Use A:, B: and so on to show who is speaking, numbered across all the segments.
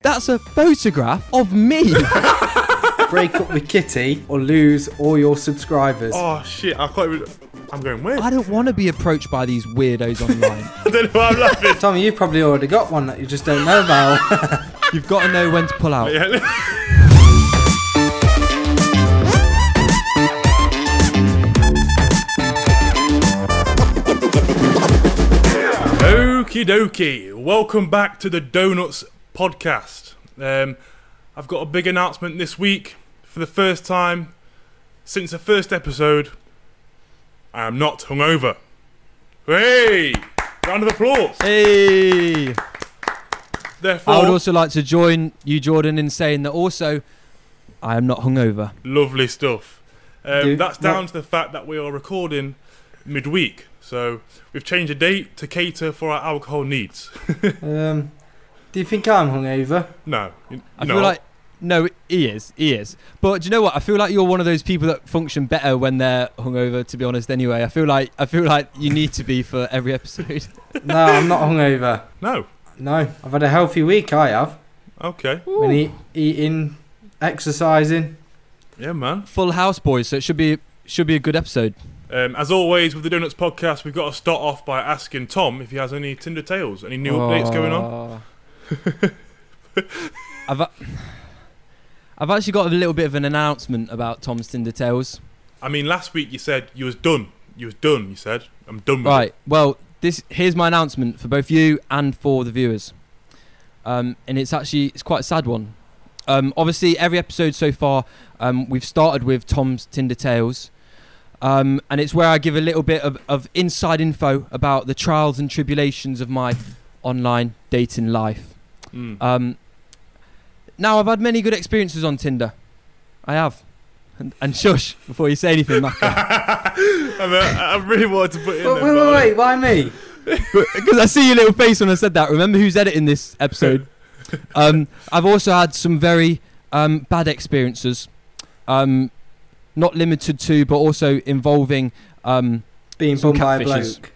A: That's a photograph of me.
B: Break up with Kitty or lose all your subscribers.
C: Oh shit! I can't even. I'm going weird.
A: I
C: I
A: don't want to be approached by these weirdos online.
C: don't know. Why I'm laughing.
B: Tommy, you've probably already got one that you just don't know about.
A: You've got to know when to pull out.
C: Yeah. Okie dokie. Welcome back to the Donuts podcast. Um, I've got a big announcement this week. For the first time since the first episode, I am not hungover. Hey! Round of applause.
A: Hey!
C: Therefore,
A: I would also like to join you, Jordan, in saying that also I am not hungover.
C: Lovely stuff. Um,
B: Dude,
C: that's down
B: what-
C: to the fact that we are recording midweek, so we've changed the date to cater for our alcohol needs.
B: Um, do you think I'm hungover?
C: no, you-
A: I
C: no.
A: feel like no, he is, he is. But do you know what? I feel like you're one of those people that function better when they're hungover. To be honest, anyway, I feel like I feel like you need to be for every episode.
B: No, I'm not hungover.
C: no.
B: No, I've had a healthy week. I have
C: Okay,
B: been eat, eating, exercising.
C: yeah, man.
A: Full House boys, so it should be should be a good episode.
C: Um, as always with the Donuts podcast, we've got to start off by asking Tom if he has any Tinder tales, any new updates going
A: Oh.
C: on.
A: Ah. I've a- I've actually got a little bit of an announcement about Tom's Tinder Tales.
C: I mean, last week you said you was done. You was done. You said I'm done. With it."
A: Right. Well, this here's my announcement for both you and for the viewers, um, and it's actually it's quite a sad one. Um, obviously, every episode so far, um, we've started with Tom's Tinder Tales, um, and it's where I give a little bit of, of inside info about the trials and tribulations of my online dating life.
C: Mm.
A: Um, now, I've had many good experiences on Tinder. I have. And, and shush before you say anything, Maka.
C: I'm, uh, I really wanted to put it in.
B: Wait, wait,
C: there, but
B: wait,
C: I-
B: wait, why me?
A: Because I see your little face when I said that. Remember who's editing this episode. Um, I've also had some very um, bad experiences, um, not limited to, but also involving, um,
B: Being
A: Some
B: bummed by a
A: catfishes.
B: bloke.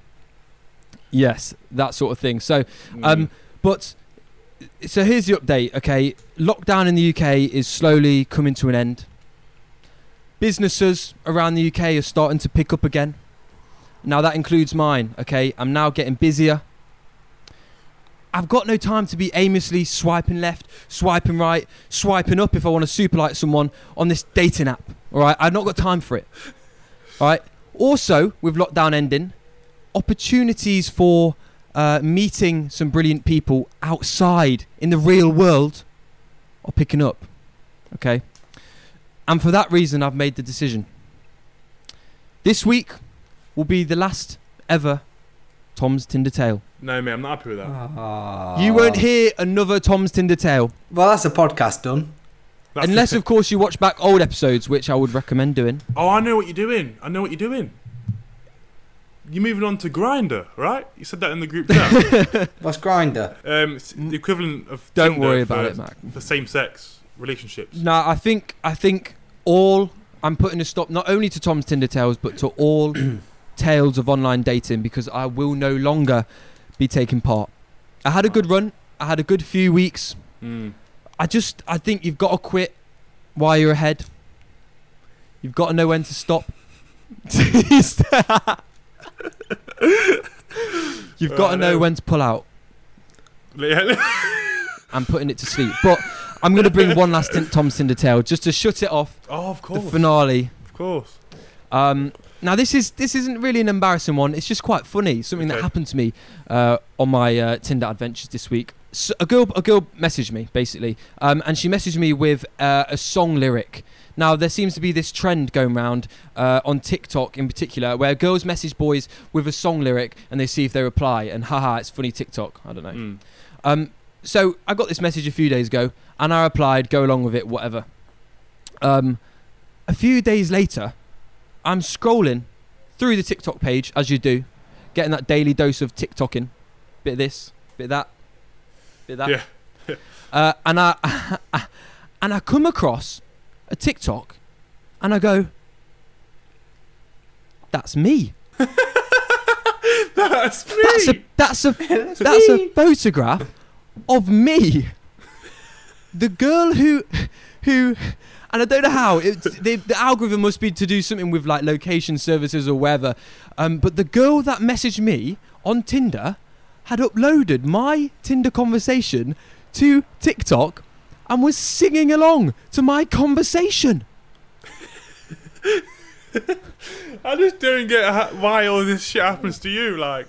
A: yes, that sort of thing. So,
C: Mm.
A: um, but so here's the update. Okay, lockdown in the UK is slowly coming to an end. Businesses around the UK are starting to pick up again. Now that includes mine. Okay, I'm now getting busier. I've got no time to be aimlessly swiping left, swiping right, swiping up if I want to superlight someone on this dating app. All right, I've not got time for it. All right. Also, with lockdown ending, opportunities for uh, meeting some brilliant people outside in the real world are picking up. Okay. And for that reason, I've made the decision. This week will be the last ever Tom's Tinder Tale.
C: no, mate, I'm not happy with that.
A: You
B: You
A: won't hear another Tom's Tinder Tale.
B: Ah. Well, that's a podcast done.
C: That's the
A: unless, of course, you watch back old episodes, which I would recommend doing.
C: Oh, I know what you're doing. I know what you're doing. You're moving on to Grinder, right? You said that in the group chat.
B: What's grinder?
C: um, it's the equivalent of
A: Don't
C: Tinder
A: worry
C: for,
A: about it, Mac.
C: for same-sex relationships.
A: No, I think I think all I'm putting a stop not only to Tom's Tinder tales but to all tales of online dating because I will no longer be taking part. I had a good run. I had a good few weeks.
C: Mm.
A: I just I think you've got to quit while you're ahead. You've got to know when to stop. you've got
C: I
A: to know
C: know.
A: when to pull out.
C: Yeah.
A: I'm putting it to sleep. But I'm going to bring one last tin- Tom's Tinder tale just to shut it off.
C: oh, of
A: The
C: course,
A: finale.
C: of course.
A: Um, now this is this isn't really an embarrassing one. It's just quite funny. Something that
C: Okay.
A: happened to me uh, on my uh, Tinder adventures this week. So a girl a girl messaged me basically, um, and she messaged me with uh, a song lyric. Now there seems to be this trend going round uh, on TikTok in particular, where girls message boys with a song lyric and they see if they reply. And haha, it's funny TikTok. I don't know.
C: Mm.
A: Um, so I got this message a few days ago, and I replied, "Go along with it, whatever." Um, a few days later, I'm scrolling through the TikTok page as you do, getting that daily dose of TikToking, bit of this, bit of that, bit of that.
C: Yeah.
A: uh, and I and I come across a TikTok, and I go, "That's me.
C: That's me.
A: That's a that's a
B: That's
A: That's a photograph of me. the girl who who and I don't know how it, the, the algorithm must be to do something with like location services or whatever. Um, but the girl that messaged me on Tinder had uploaded my Tinder conversation to TikTok and was singing along to my conversation.
C: I just don't get ha- why all this shit happens to you. Like,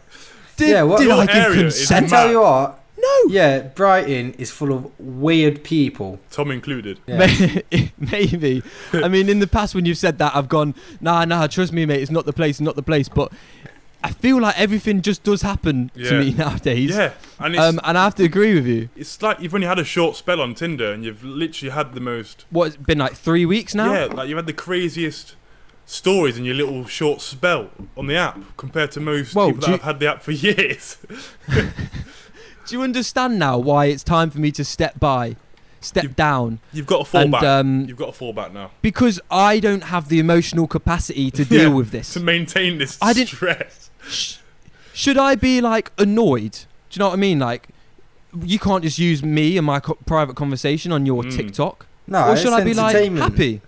A: Did,
B: Yeah, what-
A: did
B: Your
A: I give
C: area is
B: I
A: consent?
C: mad.
B: tell you what.
A: No.
B: Yeah, Brighton is full of weird people.
C: Tom included.
B: Yeah.
A: May- Maybe. I mean, in the past, when you've said that, I've gone, nah, nah, trust me, mate, it's not the place, not the place. But I feel like everything just does happen
C: Yeah.
A: to me nowadays.
C: Yeah, and it's,
A: Um, and I have to agree with you.
C: it's like you've only had a short spell on Tinder and you've literally had the most.
A: What, it's been like three weeks now?
C: Yeah, like you've had the craziest stories in your little short spell on the app compared to most
A: Well,
C: people that
A: do you-
C: have had the app for years.
A: Do you understand now why it's time for me to step by, step
C: You've-
A: down?
C: You've got a
A: And
C: fallback.
A: um,
C: You've got a fallback now
A: because I don't have the emotional capacity to deal
C: Yeah.
A: with this.
C: to maintain this
A: I didn't-
C: stress.
A: Sh- should I be like annoyed? Do you know what I mean? Like, you can't just use me and my co- private conversation on your
C: Mm.
A: TikTok.
B: No,
A: or
B: it's
A: should I be like
B: entertainment.
A: happy?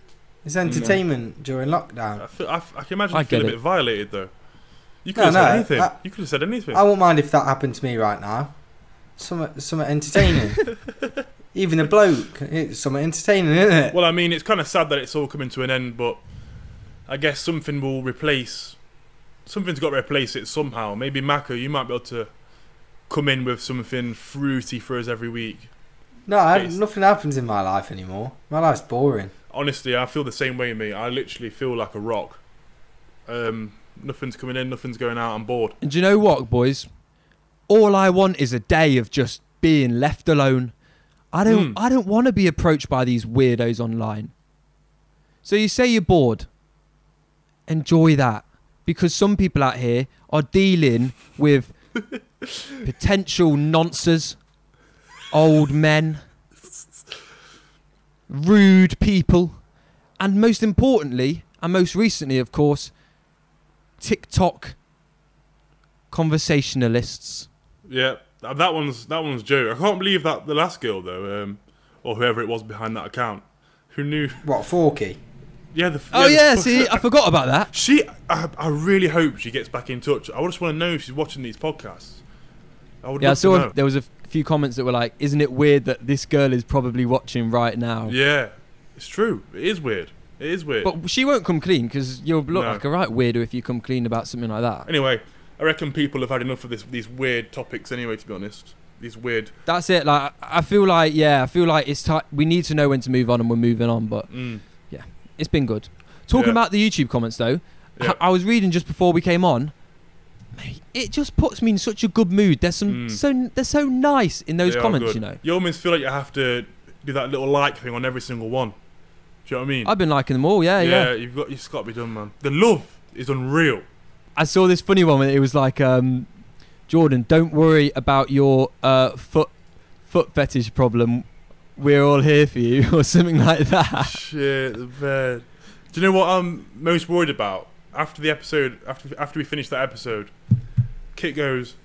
B: It's entertainment during lockdown.
C: I, feel, I, I can imagine
A: I
C: you feel a
A: get
C: bit
A: it.
C: violated though. You could
B: No,
C: have said
B: no,
C: anything.
B: I-
C: you could have said anything.
B: I won't mind if that happened to me right now. Some some entertaining. Even a bloke, it's some entertaining, isn't it?
C: well, I mean, it's kind of sad that it's all coming to an end, but I guess something will replace. Something's got to replace it somehow. Maybe Mako, you might be able to come in with something fruity for us every week.
B: no, I,
C: please.
B: nothing happens in my life anymore. My life's boring.
C: Honestly, I feel the same way, mate. I literally feel like a rock. Um, nothing's coming in, nothing's going out. I'm bored.
A: And do you know what, boys? All I want is a day of just being left alone. I don't.
C: Mm.
A: I don't want to be approached by these weirdos online. So you say you're bored. Enjoy that, because some people out here are dealing with potential nonces, old men, rude people, and most importantly, and most recently, of course, TikTok conversationalists.
C: Yeah, that that one's that one's joke. I can't believe that the last girl though, um, or whoever it was behind that account, who knew.
B: What, Forky?
C: Yeah, the.
A: Oh
C: the-
A: yeah, see, I forgot about that.
C: She, I, I really hope she gets back in touch. I just want to know if she's watching these podcasts. I would
A: Yeah, I
C: love to
A: saw
C: know.
A: there was a few comments that were like, "Isn't it weird that this girl is probably watching right now?"
C: Yeah, it's true. It is weird. It is weird.
A: But she won't come clean because you'll look
C: No.
A: like a right weirdo if you come clean about something like that.
C: anyway, I reckon people have had enough of this, these weird topics. Anyway, to be honest, these weird.
A: That's it. Like, I feel like, yeah, I feel like it's time. We need to know when to move on, and we're moving on. But
C: Mm,
A: it's been good. Talking
C: Yeah.
A: about the YouTube comments though,
C: Yeah.
A: I, I was reading just before we came on. Mate, it just puts me in such a good mood. There's some
C: Mm.
A: so they're so nice in those
C: they are
A: comments,
C: good.
A: you know.
C: You almost feel like you have to do that little like thing on every single one. Do you know what I mean?
A: I've been liking them all. yeah.
C: yeah, you've got it's got to be done, man. The love is unreal.
A: I saw this funny one. Where it was like, um, Jordan, don't worry about your uh, foot foot fetish problem. We're all here for you, or something like that.
C: Shit, the bed. Do you know what I'm most worried about? After the episode, after after we finish that episode, Kit goes,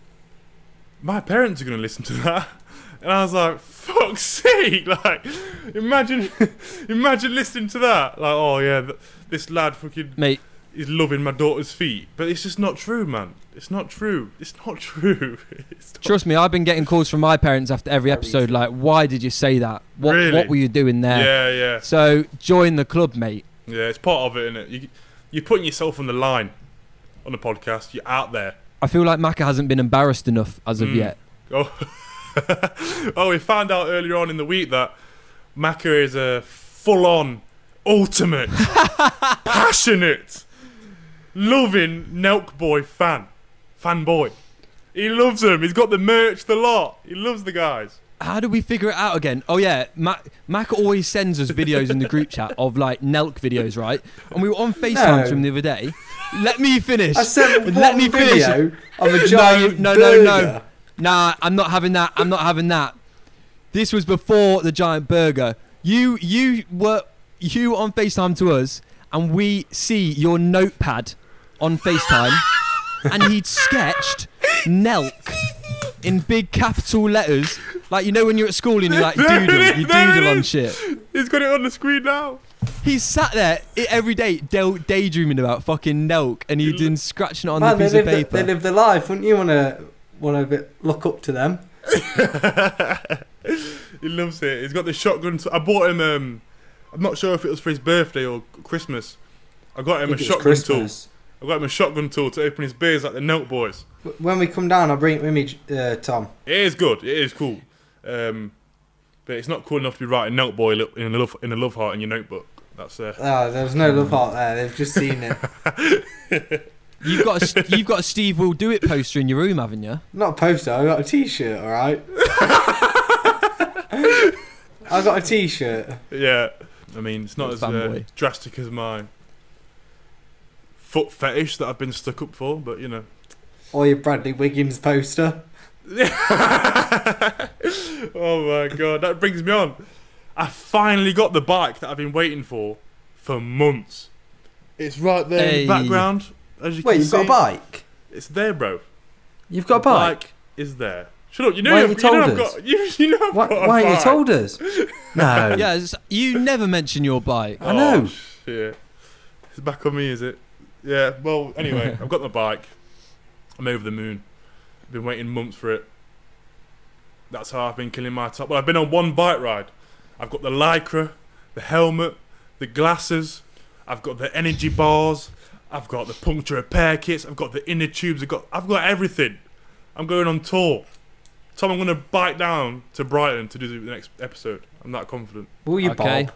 C: "My parents are going to listen to that," and I was like, "Fuck's sake!" Like, imagine, imagine listening to that. Like, oh yeah, th- this lad fucking
A: Mate,
C: is loving my daughter's feet, but it's just not true, man. It's not true. It's not true. It's not-
A: trust me, I've been getting calls from my parents after every episode. Like, why did you say that? What
C: Really?
A: What were you doing there?
C: yeah, yeah,
A: So join the club, mate.
C: yeah. It's part of it, innit? You you're putting yourself on the line on a podcast. You're out there.
A: I feel like Maka hasn't been embarrassed enough as of
C: Mm.
A: yet.
C: Oh, oh, we found out earlier on in the week that Maka is a full-on, ultimate, passionate, loving Nelk boy fan, fanboy. He loves him. He's got the merch, the lot. He loves the guys.
A: How do we figure it out again? Oh yeah, Mac, Mac always sends us videos in the group chat of like Nelk videos, right? And we were on FaceTime
B: No.
A: from the other day. Let me finish.
B: I sent one
A: Let me finish.
B: video of a giant
A: no, no, no.
B: burger.
A: Nah, I'm not having that. I'm not having that. This was before the giant burger. You you were you on FaceTime to us and we see your notepad on FaceTime and he'd sketched Nelk in big capital letters, like you know when you're at school and you like doodle, you
C: There it
A: doodle on
C: is.
A: shit.
C: He's got it on the screen now.
A: He's sat there i- every day del- daydreaming about fucking Nelk, and he's been scratching it on
B: Man,
A: the
B: they
A: piece of
B: live, the,
A: paper.
B: they live the life. Wouldn't you want to want to look up to them?
C: he loves it. He's got the shotgun. t- I bought him. Um, I'm not sure if it was for his birthday or Christmas. I got him
B: I
C: a
B: think it's
C: shotgun
B: Christmas.
C: tool. I got him a shotgun tool to open his beers like the Note Boys.
B: W- When we come down, I'll bring it with me, J- uh, Tom.
C: It is good. It is cool. Um, but it's not cool enough to be writing Note Boy li- in a love in a love heart in your notebook. That's uh,
B: Oh, there's no love heart there. They've just seen it.
A: You've got a, s- you've got a Steve will do it poster in your room, haven't you?
B: Not a poster. I got a T-shirt. All right. I got a T-shirt.
C: yeah. I mean, it's not as uh,
A: Fanboy.
C: drastic as my foot fetish that I've been stuck up for, but you know.
B: Or your Bradley Wiggins poster.
C: oh my god, that brings me on. I finally got the bike that I've been waiting for for months. It's right there in
A: Hey.
C: the background, as you
B: Wait,
C: can
B: you've
C: see.
B: got a bike.
C: It's there, bro.
B: You've got a
C: The
B: bike.
C: is there. Shut up! You know,
B: Why
C: I've-
B: haven't
C: you
B: you
C: know
B: told
C: I've
B: us?
C: got. You, you know, I've
B: Why,
C: got a
B: why haven't you
C: bike.
B: told us? No.
A: Yeah, it's, you never mention your bike.
B: I know.
C: Oh, shit. It's back on me, is it? Yeah, well, anyway, I've got my bike. I'm over the moon. Been waiting months for it. That's how I've been killing my time. Well, I've been on one bike ride. I've got the Lycra, the helmet, the glasses. I've got the energy bars. I've got the puncture repair kits. I've got the inner tubes. I've got, I've got everything. I'm going on tour. Tom, I'm going to bike down to Brighton to do the next episode. I'm that confident.
B: Will you,
A: Okay.
B: Bob?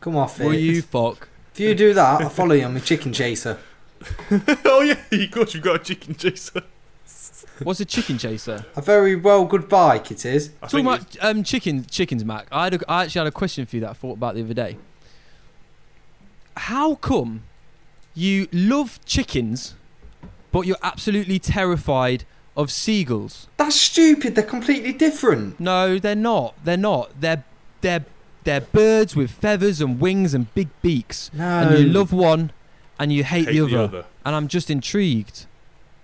B: Come off it.
A: Will you fuck?
B: If you do that, I'll follow you. I'm a chicken chaser.
C: oh yeah, of course you've got a chicken chaser.
A: What's a chicken chaser?
B: A very well good bike it is.
C: I
A: Talking
C: think
A: about um, chicken, chickens, Mac. I, had a, I actually had a question for you that I thought about the other day. How come you love chickens, but you're absolutely terrified of seagulls?
B: That's stupid. They're completely different.
A: No, they're not. They're not. They're they're they're birds with feathers and wings and big beaks,
B: No.
A: and you love one, and you
C: it's
A: hate, the, other. And I'm just intrigued.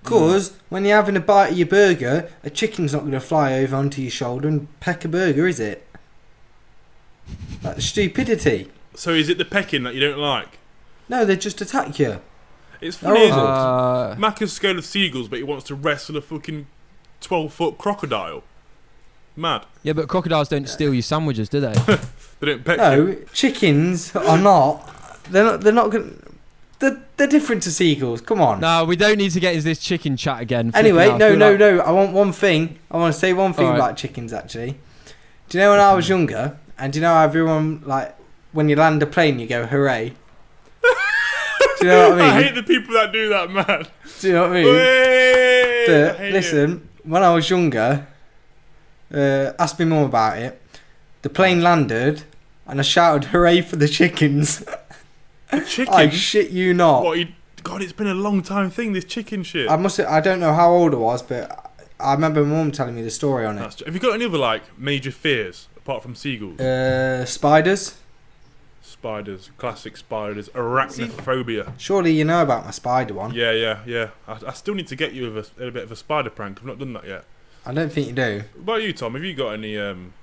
B: Because when you're having a bite of your burger, a chicken's not going to fly over onto your shoulder and peck a burger, is it? That's stupidity.
C: So is it the pecking that you don't like?
B: No, they just attack you.
C: It's funny.
B: Oh.
C: isn't it?
A: Uh,
C: Mac is scared of seagulls, but he wants to wrestle a fucking twelve foot crocodile. Mad.
A: yeah, but crocodiles don't steal your sandwiches, do they?
C: They don't peck you.
B: No, chickens are not. They're not. They're not going. They're, they're different to seagulls. Come on.
A: No, we don't need to get into this chicken chat again.
B: Anyway,
A: Flipping hell, I
B: no,
A: feel
B: no,
A: like-
B: no. I want one thing. I want to say one thing
A: Alright.
B: about chickens. Actually, do you know when I was younger? And do you know how everyone like when you land a plane, you go hooray? do you know what I
C: I
B: mean?
C: hate the people that do that, man.
B: do you know what I mean?
C: Hey, I
B: But
C: hate it.
B: listen, when I was younger, uh, asked me mum about it. The plane landed, and I shouted hooray for the chickens.
C: the chicken.
B: I shit you not.
C: what, he- God, it's been a long time thing. This chicken shit.
B: I must. I don't know how old I was, but I remember my mum telling me the story on it.
C: That's- have you got any other like major fears apart from seagulls?
B: Uh, spiders.
C: spiders, classic spiders, arachnophobia.
B: Surely you know about my spider one.
C: Yeah, yeah, yeah. I, I still need to get you with a, a bit of a spider prank. I've not done that yet.
B: I don't think you do.
C: What about you, Tom? Have you got any um,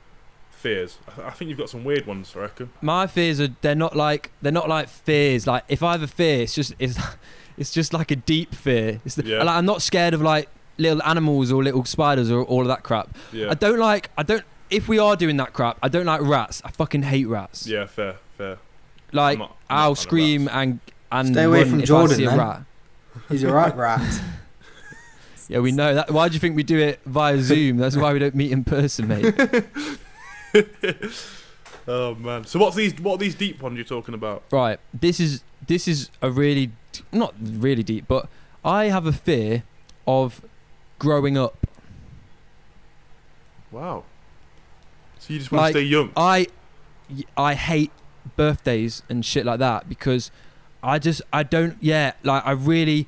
C: fears? I, I think you've got some weird ones. I reckon.
A: My fears are they're not like they're not like fears. Like if I have a fear, it's just it's it's just like a deep fear. It's the,
C: Yeah.
A: like, I'm not scared of like little animals or little spiders or all of that crap.
C: Yeah.
A: I don't like I don't if we are doing that crap, I don't like rats. I fucking hate rats.
C: yeah. Fair. Fair.
A: Like
C: I'm not- I'm not a fan
A: I'll
C: of
A: scream
C: rats.
A: and and
B: Stay away
A: run
B: from
A: if
B: Jordan,
A: I see a
B: then.
A: rat.
B: He's a right rat.
A: Yeah, we know that. Why do you think we do it via Zoom? That's why we don't meet in person, mate.
C: Oh man. So what's these? What are these deep ones you're talking about?
A: Right. This is this is a really not really deep, but I have a fear of growing up.
C: Wow. So you just want
A: Like-
C: to stay young.
A: Um, I I hate birthdays and shit like that because I just I don't yeah, like I really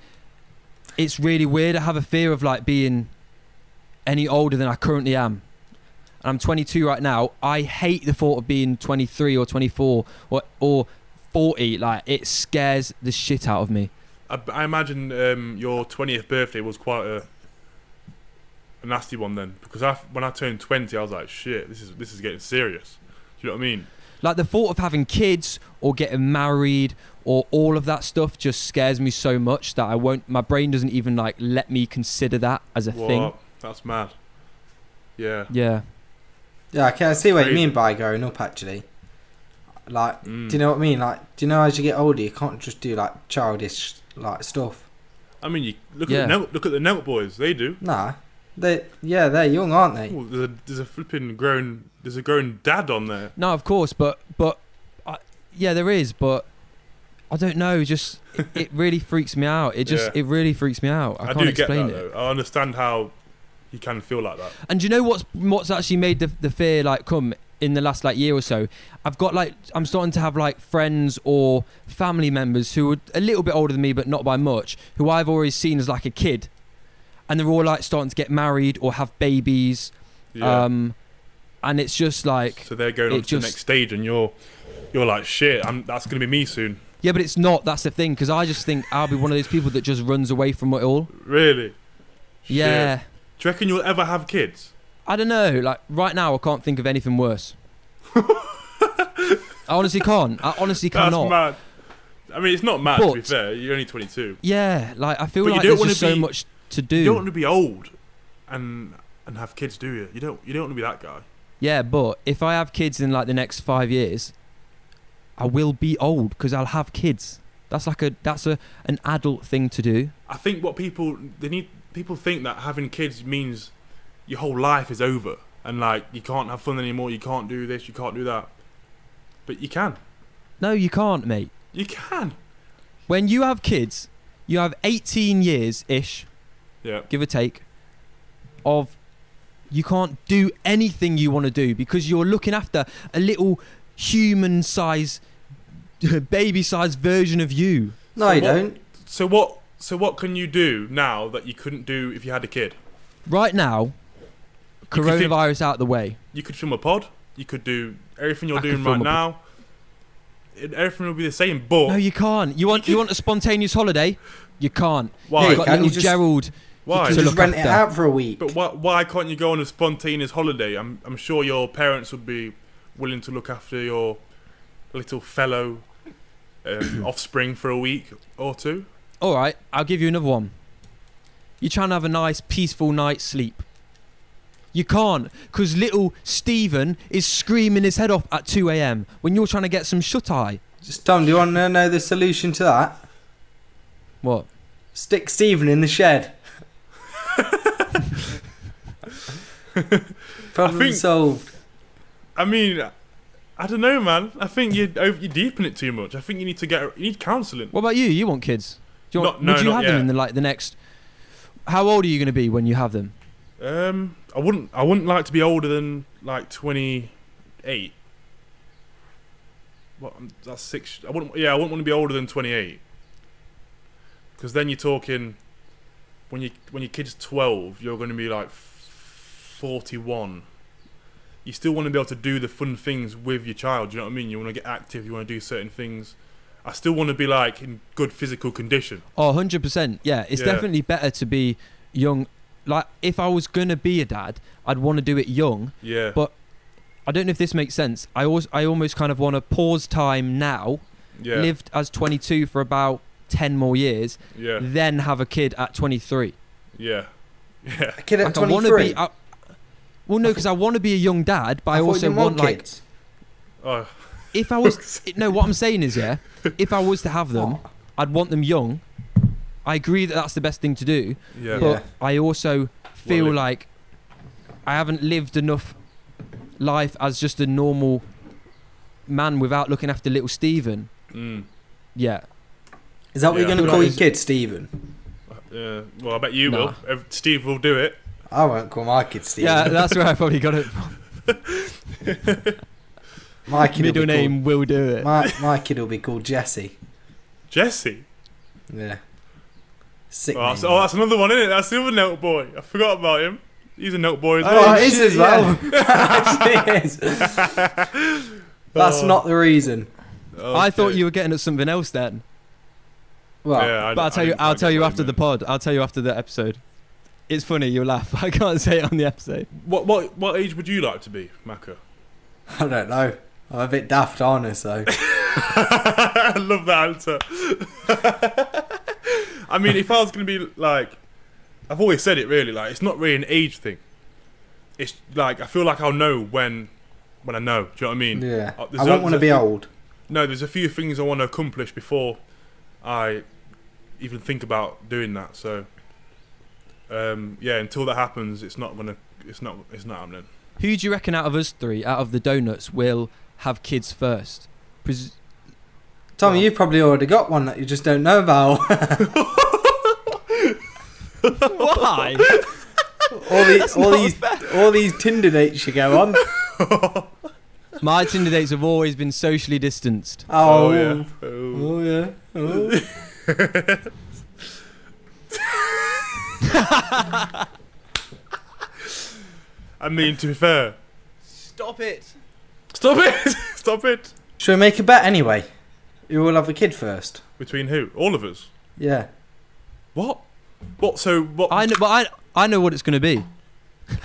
A: it's really weird. I have a fear of like being any older than I currently am. And I'm 22 right now. I hate the thought of being 23 or 24 or or 40. Like it scares the shit out of me.
C: I, I imagine um, your 20th birthday was quite a a nasty one then because I, when I turned 20, I was like, shit, this is this is getting serious. Do you know what I mean?
A: Like the thought of having kids or getting married or all of that stuff just scares me so much that I won't. My brain doesn't even like let me consider that as a thing.
C: What? That's mad. Yeah.
A: Yeah.
B: Yeah, okay, I see what you
C: Crazy.
B: mean by growing up. Actually, like,
C: Mm.
B: do you know what I mean? Like, do you know as you get older, you can't just do like childish like stuff.
C: I mean, you look
A: Yeah.
C: at the Nelt, look at the Nelt boys. They do.
B: Nah, they yeah they're young, aren't they?
C: Ooh, there's a there's a flipping grown there's a grown dad on there.
A: No, of course, but but I, yeah, there is, but I don't know. Just it, it really freaks me out. It just
C: Yeah.
A: it really freaks me out. I,
C: I,
A: can't
C: do get
A: explain
C: that
A: it.
C: though. I understand how you can feel like that.
A: And do you know what's what's actually made the the fear like come in the last like year or so? I've got like I'm starting to have like friends or family members who are a little bit older than me, but not by much, who I've always seen as like a kid, and they're all like starting to get married or have babies.
C: Yeah.
A: Um, and it's just like
C: so they're going
A: it
C: on to
A: just-
C: the next stage, and you're you're like shit. I'm, that's gonna be me soon.
A: yeah, but it's not. That's the thing because I just think I'll be one of those people that just runs away from it all.
C: Really? Shit.
A: Yeah.
C: Do you reckon you'll ever have kids?
A: I don't know. Like right now, I can't think of anything worse. I honestly can't. I honestly
C: That's
A: cannot.
C: mad. I mean, it's not mad to be
A: But-
C: fair. You're only 22.
A: Yeah, like I feel
C: But you
A: like
C: don't
A: there's
C: wanna
A: just so
C: be-
A: much to
C: You don't want
A: do.
C: to be old and and have kids, do you? You don't. You don't want to be that guy.
A: Yeah, but if I have kids in like the next five years, I will be old because I'll have kids. That's like a that's a an adult thing to do.
C: I think what people they need people think that having kids means your whole life is over and like you can't have fun anymore, you can't do this, you can't do that. But you can.
A: No, you can't, mate.
C: You can.
A: When you have kids, you have 18 years ish,
C: Yeah.
A: give or take, of you can't do anything you want to do because you're looking after a little human size, baby size version of you.
B: No, you
C: What?
B: don't.
C: So what so what can you do now that you couldn't do if you had a kid?
A: Right now,
C: could think-
A: coronavirus out the way.
C: You could film a pod, you could do everything you're
A: I could
C: doing
A: film
C: right
A: a pod.
C: now. It, everything will be the same, but
A: No, you can't. You want you want a spontaneous holiday? You can't.
C: why?
A: You've
B: you
A: got
B: can, you
A: little
B: just-
A: Gerald.
C: why?
A: to
B: You just
A: look
B: rent it
A: after.
B: out for a week.
C: But why, why can't you go on a spontaneous holiday? I'm, I'm sure your parents would be willing to look after your little fellow um, offspring for a week or two.
A: All right, I'll give you another one. You're trying to have a nice, peaceful night's sleep. You can't, because little Stephen is screaming his head off at 2 a.m. when you're trying to get some shut eye.
B: Just Tom, do you want to know the solution to that?
A: What?
B: Stick Stephen in the shed. Problem
C: think-
B: solved.
C: I mean, I don't know, man. I think you're over, you're deep in it too much. I think you need to get you need counselling.
A: What about you? You want kids? Do you want,
C: Not- no,
A: would you
C: not
A: have them
C: yet.
A: in the like the next? How old are you going to be when you have them?
C: Um, I wouldn't I wouldn't like to be older than like 28. What? um, That's six. I wouldn't. Yeah, I wouldn't want to be older than 28. Because then you're talking when you when your kid's 12, you're going to be like f- 41. You still want to be able to do the fun things with your child. do You know what I mean? You want to get active. You want to do certain things. I still want to be like in good physical condition.
A: Oh, 100%. Yeah, it's
C: Yeah.
A: definitely better to be young. Like, if I was going to be a dad, I'd want to do it young.
C: Yeah.
A: But- I don't know if this makes sense. I, always, I almost kind of want to pause time now,
C: yeah.
A: lived as 22 for about 10 more years,
C: yeah.
A: then have a kid at 23.
C: Yeah. Yeah.
B: A kid
A: Like,
B: at
A: I want to
B: 23.
A: be. I, well, no, because I want to be a young dad, but I, also want, like,
B: kids.
C: Oh.
A: if I was. no, what I'm saying is, yeah, if I was to have them, I'd want them young. I agree that that's the best thing to do.
C: Yeah.
B: Yeah.
A: but I also feel
C: Well, it-
A: like I haven't lived enough life as just a normal man without looking after little Stephen
C: Mm.
A: yet.
B: Is that what
C: Yeah.
B: you're going
A: But
B: to call your
A: is-
B: kid, Stephen?
C: Yeah, Uh, well, I bet you
A: Nah.
C: will. Ev- Steve will do it.
B: I won't call my kid Stephen.
A: Yeah, that's where I probably got it.
B: my kid will
A: Middle
B: be
A: name will do
B: Called,
A: it.
B: my my kid will be called Jesse.
C: Jesse.
B: Yeah. Sick.
C: Oh, that's,
B: name.
C: oh, that's another one, isn't it? That's the other note boy. I forgot about him. He's a note boy as well.
B: Oh, it is
A: shit,
B: as well. It is. That's
C: Oh.
B: not the reason.
A: I thought
C: Okay.
A: you were getting at something else then,
B: Well,
C: Yeah, I-
A: but I'll
C: I
A: tell you.
C: didn't
A: I'll
C: quite
A: tell
C: get
A: you
C: what
A: after the
C: meant.
A: pod. I'll tell you after the episode. It's funny. You'll laugh. I can't say it on the episode.
C: What what what age would you like to be, Maka?
B: I don't know. I'm a bit daft, aren't I? So
C: I love that answer. I mean, if I was going to be like, I've always said it really, like, it's not really an age thing. It's like, I feel like I'll know when when I know. Do you know what I mean?
B: yeah,
C: Uh, there's
B: I
C: a-
B: won't want to
C: there's
B: be
C: a-
B: old.
C: No, there's a few things I want to accomplish before I even think about doing that. So, um, yeah, until that happens, it's not going to, it's not, it's not happening.
A: Who do you reckon out of us three, out of the donuts, will have kids first? Pres-
B: Tommy, you've probably already got one that you just don't know about.
A: Why?
B: all these, all these, all these Tinder dates you go on.
A: My Tinder dates have always been socially distanced.
B: Oh,
C: yeah.
B: yeah.
C: Oh.
B: Oh yeah. Oh.
C: I mean, to be fair,
A: Stop it.
C: stop it, stop it.
B: Should we make a bet anyway? Who will have a kid first?
C: Between who? All of us.
B: Yeah.
C: What? What? So what?
A: I know, but I I know what it's going to be.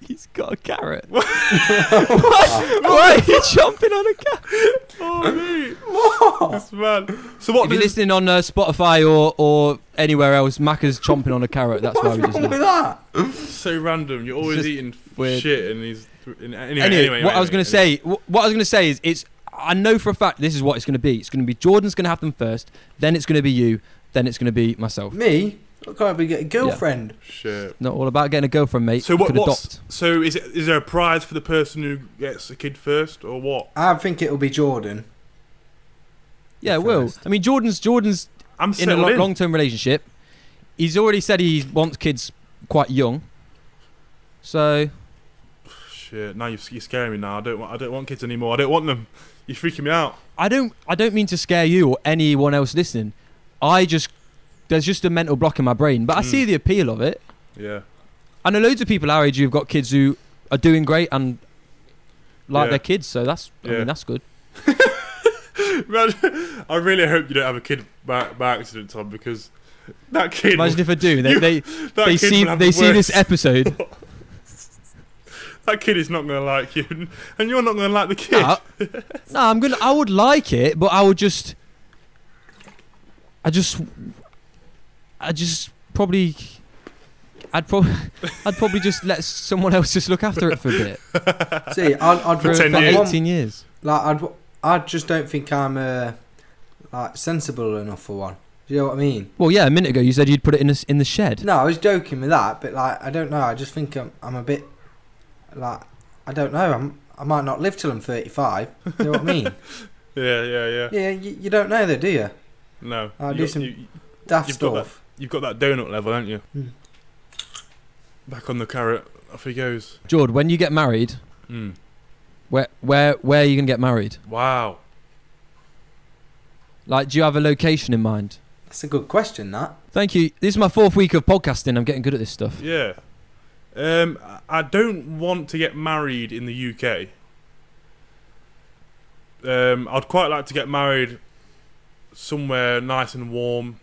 A: He's got a carrot. Why why are you chomping on a carrot?
C: Oh, mate. This man. So what?
A: If you're
C: Does,
A: listening on uh, Spotify or, or anywhere else, Macca's chomping on a carrot. That's why
B: What's
A: we just
B: wrong
A: laugh.
B: with that?
C: so random. You're always
A: just
C: eating
A: weird.
C: shit, and he's. And anyway,
A: Anyway,
C: anyway,
A: what I was going to
C: anyway, anyway.
A: say, wh- what I was going to say is, it's I know for a fact this is what it's going to be. It's going to be Jordan's going to have them first, then it's going to be you, then it's going to be myself.
B: Me? I can't even get a girlfriend.
C: Shit.
A: Not all about getting a girlfriend, mate.
C: So
A: You
C: what?
A: could
C: What's,
A: adopt.
C: so is it? Is there a prize for the person who gets a kid first, or what?
B: I think it'll be Jordan.
A: Yeah, Will.
B: first?
A: I mean, Jordan's Jordan's
C: I'm
A: in a
C: settled in.
A: long term relationship. He's already said he wants kids quite young. So
C: Shit. Now you're, you're scaring me. Now I don't. Want, I don't want kids anymore. I don't want them. You're freaking me out.
A: I don't I don't mean to scare you or anyone else listening. I just there's just a mental block in my brain, but I
C: Mm.
A: see the appeal of it.
C: Yeah.
A: I know loads of people our age who've got kids who are doing great and like
C: Yeah.
A: their kids, so that's I
C: Yeah.
A: mean that's good.
C: Man, I really hope you don't have a kid by, by accident, Tom, because that kid.
A: Imagine if I do. They
C: You-
A: they,
C: that
A: they
C: kid
A: see
C: will have
A: they
C: the
A: see this
C: worst.
A: episode.
C: that kid is not going to like you, and you're not going to like the kid.
A: no, no, I'm gonna I would like it, but I would just I just I just probably I'd probably I'd probably just let someone else just look after it for a bit.
B: See, I'd, I'd
C: For
A: for,
C: 10
A: for
C: years.
A: 18 years.
B: like I'd, I just don't think I'm uh, like sensible enough for one. Do you know what I mean?
A: Well, yeah, a minute ago you said you'd put it in the, in the shed.
B: No, I was joking with that, but like I don't know. I just think I'm I'm a bit like I don't know. I'm I might not live till I'm 35. Do you know what I mean?
C: Yeah, yeah, yeah.
B: Yeah, you, you don't know though, do you?
C: No.
B: I'll
C: you
B: do
C: got,
B: some-
C: you,
B: Daft
C: You've got that.
B: stuff.
C: you've got that donut level, haven't you?
B: Hmm.
C: Back on the carrot. Off he goes.
A: Jord, when you get married,
C: Hmm.
A: where where where are you gonna get married?
C: Wow.
A: Like, do you have a location in mind?
B: That's a good question. That
A: Thank you. This is my fourth week of podcasting. I'm getting good at this stuff.
C: Yeah. Um, I- I don't want to get married in the UK. Um, I'd quite like to get married somewhere nice and warm.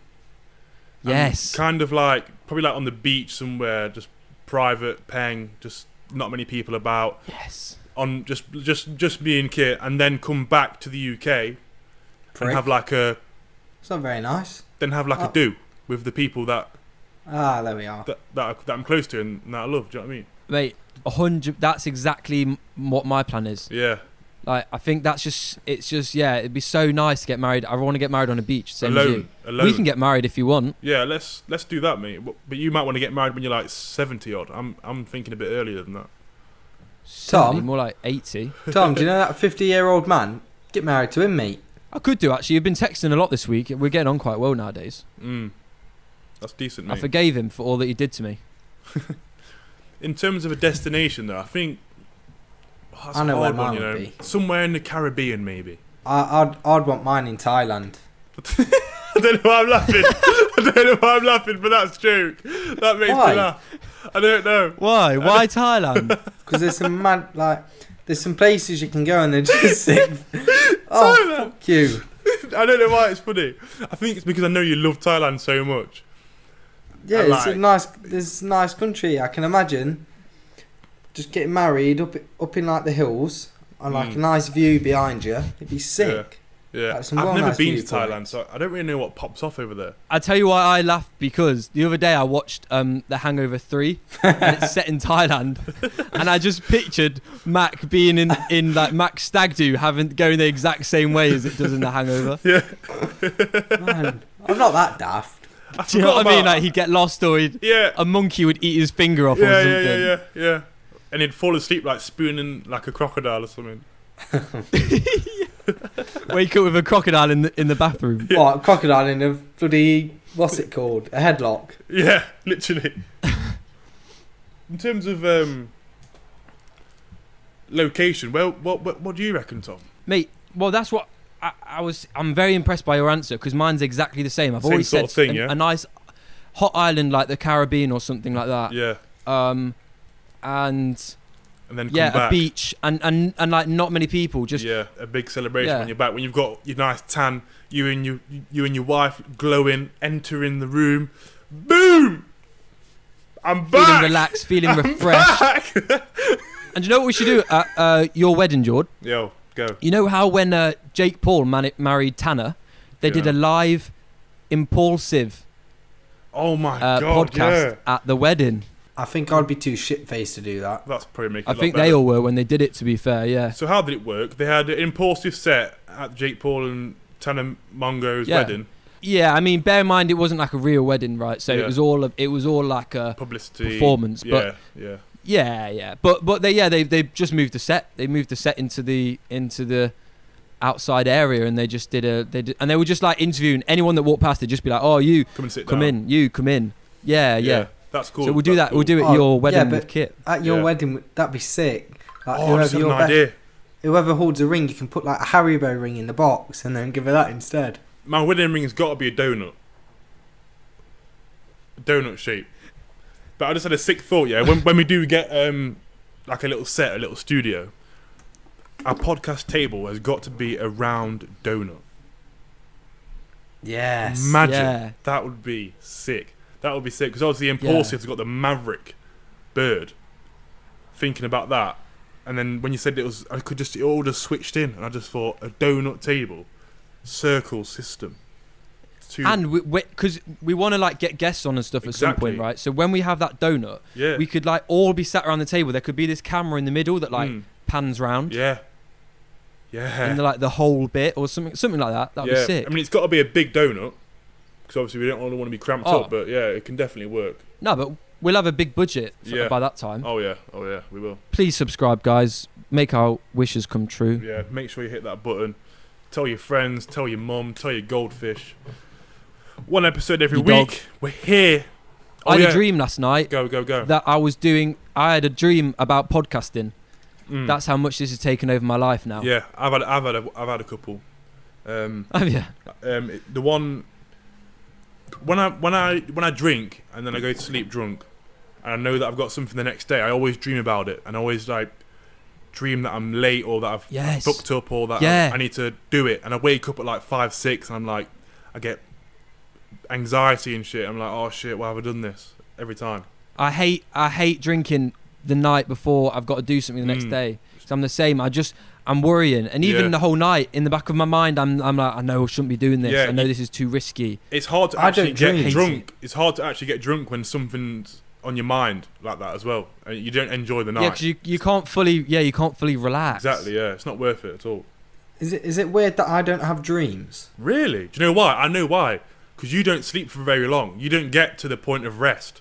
C: and
A: Yes.
C: Kind of like probably like on the beach somewhere, just private, pang, just not many people about.
A: Yes.
C: on just just just me and Kit, and then come back to the UK and
B: prick.
C: have like a
B: it's not very nice.
C: then have like a
B: Oh.
C: do with the people that
B: Ah, there we are.
C: that that, I, that I'm close to and that I love. Do you know what I mean?
A: Mate, a hundred. That's exactly m- what my plan is.
C: Yeah,
A: Like, I think that's just. It's just. Yeah, it'd be so nice to get married. I want to get married on a beach. Same as you.
C: alone, alone.
A: We can get married if you want.
C: yeah, let's let's do that, mate. But, but you might want to get married when you're like seventy odd. I'm I'm thinking a bit earlier than that.
A: Certainly, more like 80.
B: Tom, do you know that 50 year old man? Get married to him, mate.
A: I could do actually. You've been texting a lot this week. We're getting on quite well nowadays.
C: Mm. That's decent,
A: I
C: mate.
A: forgave him for all that he did to me.
C: in terms of a destination, though, I think oh, that's
B: I know
C: a hard
B: where mine
C: one, you know,
B: would be.
C: somewhere in the Caribbean, maybe.
B: I, I'd I'd want mine in Thailand.
C: I don't know why I'm laughing. I don't know why I'm laughing, but that's true. That makes
B: Why?
C: me laugh. I don't know.
A: Why? Why Thailand?
B: Because there's some mad like there's some places you can go and they're just sick.
C: Thailand.
B: oh fuck you.
C: I don't know why it's funny. I think it's because I know you love Thailand so much.
B: Yeah,
C: I
B: it's a
C: like.
B: nice. There's a nice country. I can imagine just getting married up up in like the hills and like a
C: Mm.
B: nice view behind you. It'd be sick.
C: Yeah,
B: That's
C: I've
B: some well
C: never
B: nice
C: been to
B: viewpoint.
C: Thailand, so I don't really know what pops off over there.
A: I tell you why I laughed because the other day I watched um, The Hangover Three, and it's set in Thailand, and I just pictured Mac being in in like Mac Stag do having going the exact same way as it does in The Hangover.
C: Yeah,
B: Man, I'm not that daft.
C: I
A: Do you know
C: forgot
A: what I mean?
C: about-
A: Like he'd get lost, or he'd,
C: yeah,
A: a monkey would eat his finger off, or
C: yeah, yeah,
A: something.
C: yeah, yeah, yeah. And he'd fall asleep like spooning like a crocodile or something.
A: Wake up with a crocodile in the in the bathroom.
B: What crocodile in a bloody what's it called? A headlock.
C: Yeah, literally. In terms of um, location, well, what, what what do you reckon, Tom?
A: Mate, well, that's what I, I was. I'm very impressed by your answer because mine's exactly the same. I've
C: Same
A: always
C: sort
A: said
C: of thing,
A: an-
C: yeah?
A: a nice hot island like the Caribbean or something like that.
C: Yeah,
A: Um, and
C: and then come
A: yeah,
C: back.
A: a beach and, and and like not many people. Just
C: yeah, a big celebration
A: Yeah.
C: when you're back. When you've got your nice tan, you and you you and your wife glowing, entering the room, boom! I'm
A: feeling
C: back.
A: relaxed, feeling
C: I'm
A: refreshed.
C: back!
A: And you know what we should do at uh, your wedding, Jord?
C: Yo, go.
A: You know how when uh, Jake Paul mani- married Tanner, they did
C: Yeah.
A: a live, impulsive
C: Oh my
A: uh,
C: god,
A: podcast
C: yeah.
A: at the wedding.
B: I think I'd be too shit faced to do that.
C: That's probably making.
A: I
C: a lot
A: think
C: better.
A: they all were when they did it. To be fair, yeah.
C: So how did it work? They had an impulsive set at Jake Paul and Tanner Mongo's
A: Yeah.
C: wedding.
A: Yeah, I mean, bear in mind it wasn't like a real wedding, right? So
C: Yeah.
A: it was all of, it was all like a
C: Publicity
A: Performance,
C: Yeah,
A: but-
C: yeah.
A: yeah, yeah. But but they yeah they they just moved the set. They moved the set into the into the outside area, and they just did a they did, and they were just like interviewing anyone that walked past. They'd just be like, "Oh, you
C: Come and sit
A: come
C: down.
A: in, you come in." Yeah, yeah.
C: That's cool.
A: So we'll do
C: That's
A: that. We'll do it
B: Oh,
A: at your wedding
B: yeah, but-
A: with Kit.
B: At your
C: Yeah.
B: wedding, that'd be sick.
C: cool.
B: Like
C: Oh, I just had an
B: your best-
C: idea.
B: whoever holds a ring, you can put like a Haribo ring in the box and then give her that instead.
C: My wedding ring has got to be a donut. A donut shape. But I just had a sick thought. Yeah, when when we do get um like a little set, a little studio, our podcast table has got to be a round donut.
B: Yes.
C: Magic.
A: Yeah.
C: That would be sick. That would be sick because obviously Impulsive's got the Maverick bird. Thinking about that, and then when you said it was, I could just it all just switched in, and I just thought a donut table, circle system. Two,
A: And we because we, want to like get guests on and stuff at some
C: Exactly.
A: point, right? So when we have that donut,
C: yeah,
A: we could like all be sat around the table. There could be this camera in the middle that like
C: Mm.
A: pans round.
C: yeah, yeah,
A: in the, like the whole bit or something something like that. That'd
C: yeah.
A: be sick.
C: I mean, it's got to be a big donut because obviously we don't want to be cramped
A: Oh.
C: up, but yeah, it can definitely work.
A: no, but we'll have a big budget for,
C: Yeah.
A: by that time.
C: Oh yeah, oh yeah, we will.
A: Please subscribe, guys. Make our wishes come true.
C: Yeah, make sure you hit that button. Tell your friends, tell your mum, tell your goldfish. One episode every
A: Your
C: week.
A: dog.
C: We're here. Oh,
A: I had
C: yeah.
A: a dream last night
C: Go, go, go.
A: that I was doing. I had a dream about podcasting.
C: Mm.
A: That's how much this has taken over my life now.
C: yeah, I've had, I've had, a, I've had a couple. Um,
A: Have you?
C: um, it- the one when I when I when I drink and then I go to sleep drunk, and I know that I've got something the next day. I always dream about it, and I always like dream that I'm late or that I've
A: Yes.
C: booked up or that
A: Yeah.
C: I, I need to do it. And I wake up at like five, six, and I'm like, I get anxiety and shit. I'm like, oh shit, why have I done this every time?
A: I hate. I hate drinking the night before I've got to do something the next
C: Mm.
A: day. So I'm the same. I just. I'm worrying, and even
C: Yeah.
A: the whole night in the back of my mind, I'm. I'm like, I know I shouldn't be doing this.
C: Yeah,
A: I know
C: you-
A: this is too risky.
C: It's hard to
B: I
C: actually
B: don't
C: get
B: drink.
C: drunk. It's hard to actually get drunk when something's on your mind like that as well, and you don't enjoy the
A: Yeah,
C: night.
A: because you, you can't fully. Yeah, you can't fully relax.
C: exactly. Yeah, it's not worth it at all.
B: Is it is it weird that I don't have dreams?
C: Really? Do you know why? I know why. Because you don't sleep for very long. You don't get to the point of rest.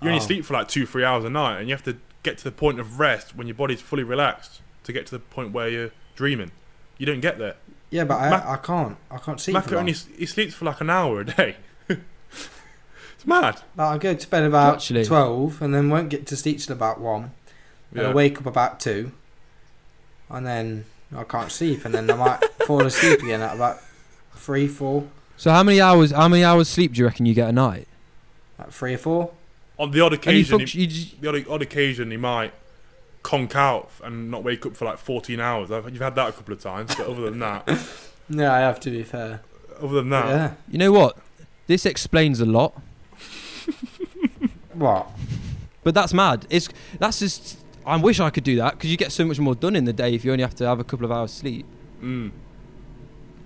C: You only
B: Oh.
C: sleep for like two, three hours a night, and you have to get to the point of rest when your body's fully relaxed to get to the point where you're dreaming. You don't get there.
B: Yeah, but I,
C: Mac-
B: I can't. I can't see.
C: Maka
B: for
C: only
B: only...
C: s- he sleeps for like an hour a day. it's mad.
B: I go to bed about
A: Actually-
B: twelve and then won't get to sleep till about one. And I
C: Yeah.
B: wake up about two, and then I can't sleep, and then I might fall asleep again at about three, four,
A: So how many hours? How many hours sleep do you reckon you get a night?
B: at three or four.
C: On the odd
A: And you
C: occasion,
A: funct-
C: he,
A: you j-
C: the odd, odd occasion he might conk out and not wake up for like 14 hours. I've, you've had that a couple of times, but other than that,
B: No, I have to be fair.
C: other than that,
B: Yeah.
A: you know what? This explains a lot.
B: What?
A: But that's mad. It's that's just. I wish I could do that because you get so much more done in the day if you only have to have a couple of hours sleep.
C: Mm.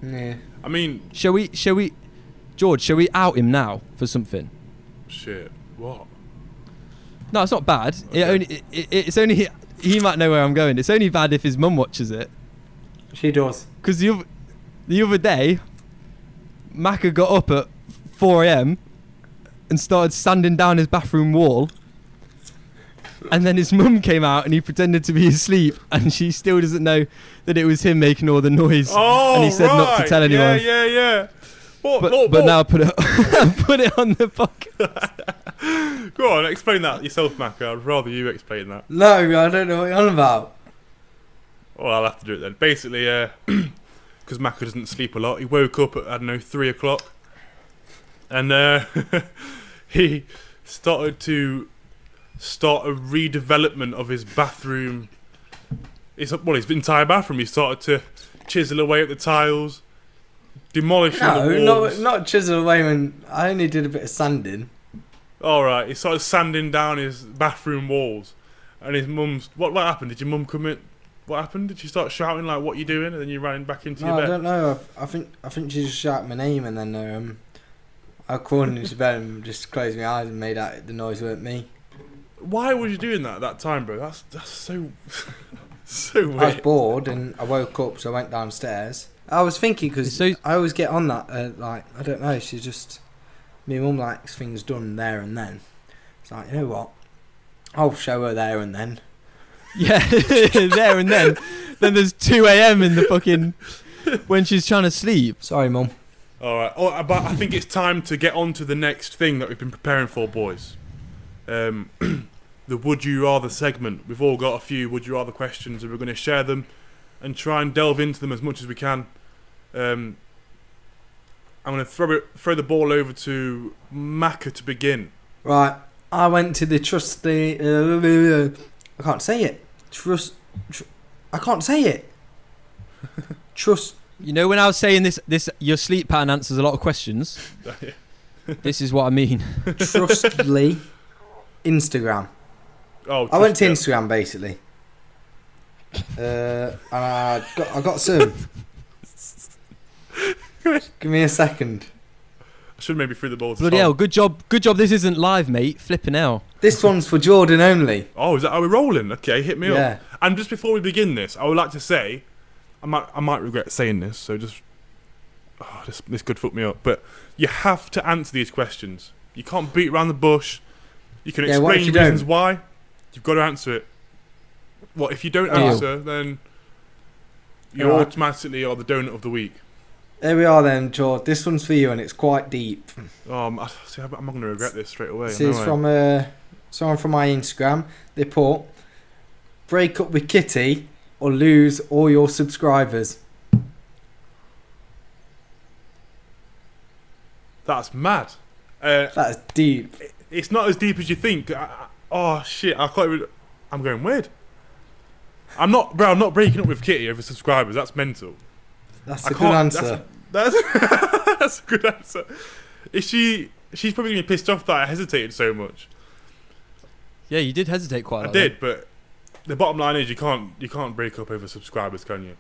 B: Yeah.
C: I mean,
A: Shall we? Shall we? George, shall we out him now for something?
C: shit. What?
A: No, it's not bad.
C: Okay.
A: It only, it, it, it's only he might know where I'm going. It's only bad if his mum watches it.
B: She does.
A: Because the other, the other day, Maka got up at 4 a.m. and started sanding down his bathroom wall. And then his mum came out and he pretended to be asleep, and she still doesn't know that it was him making all the noise.
C: Oh,
A: and he said
C: right.
A: not to tell anyone.
C: Yeah, yeah, yeah. What,
A: But,
C: what,
A: but
C: what?
A: now put it put it on the bucket.
C: Go on, explain that yourself, Maka. I'd rather you explain that.
B: No, I don't know what you're on about.
C: Well, I'll have to do it then. Basically, uh 'cause because Maka doesn't sleep a lot, he woke up at, I don't know, three o'clock. And uh, he started to start a redevelopment of his bathroom. It's well, his entire bathroom. He started to chisel away at the tiles, demolish all the
B: No,
C: walls.
B: not not chisel away when I only did a bit of sanding.
C: All right, he started sanding down his bathroom walls, and his mum's. What what happened? Did your mum come in? What happened? Did she start shouting like, "What you doing?" And then you ran back into
B: No,
C: your
B: I
C: bed.
B: don't know. I, I think I think she just shouted my name and then um, I crawled into bed and just closed my eyes and made out the noise weren't me.
C: Why was you doing that at that time, bro? That's that's so so
B: I was
C: weird.
B: bored and I woke up, so I went downstairs. I was thinking because
A: So-
B: I always get on that. Uh, like I don't know. She's just my mum likes things done there and then. It's like you know what? I'll show her there and then.
A: Yeah, there and then. Then there's 2 a.m. in the fucking when she's trying to sleep.
B: Sorry, mum.
C: All right. Oh, but I think it's time to get on to the next thing that we've been preparing for, boys. Um, the would you rather segment. We've all got a few would you rather questions, and we're going to share them and try and delve into them as much as we can. Um, I'm going to throw it, throw the ball over to Maka to begin.
B: Right. I went to the trusty. Uh, I can't say it. Trust. Tr- I can't say it. Trust.
A: You know when I was saying this, this your sleep pattern answers a lot of questions. This is what I mean.
B: Trustly. Instagram.
C: oh,
B: I went to
C: Tristan.
B: Instagram basically. Uh, and I got I got some. Give me a second.
C: I should maybe throw the ball. To
A: Bloody
C: Sol.
A: hell! Good job, good job. This isn't live, mate. Flipping hell.
B: This one's for Jordan only.
C: Oh, is that how we're rolling? Okay, hit me up.
B: Yeah.
C: And just before we begin this, I would like to say, I might I might regret saying this, so just oh, this this could fuck me up. But you have to answer these questions. You can't beat around the bush. You can
B: Yeah, what
C: explain
B: if you
C: your reasons
B: don't?
C: why. You've got to answer it. What if you don't
B: Oh.
C: answer, then you
B: Alright.
C: automatically are the donut of the week.
B: Here we are then, George. This one's for you, and it's quite deep.
C: Um, I, see, I'm not going to regret this straight away.
B: This
C: no
B: is
C: way.
B: from uh, someone from my Instagram. They put, break up with Kitty or lose all your subscribers.
C: That's mad. Uh,
B: That's deep.
C: it's not as deep as you think. I, I- oh shit! I can't even. I'm going weird. I'm not, bro. I'm not breaking up with Kitty over subscribers. That's mental.
B: That's
C: I
B: a good
C: can't- that's-
B: answer.
C: That's that's a good answer. Is she? She's probably gonna be pissed off that I hesitated so much.
A: Yeah, you did hesitate quite. a
C: I
A: lot
C: did, but the bottom line is you can't you can't break up over subscribers, can you?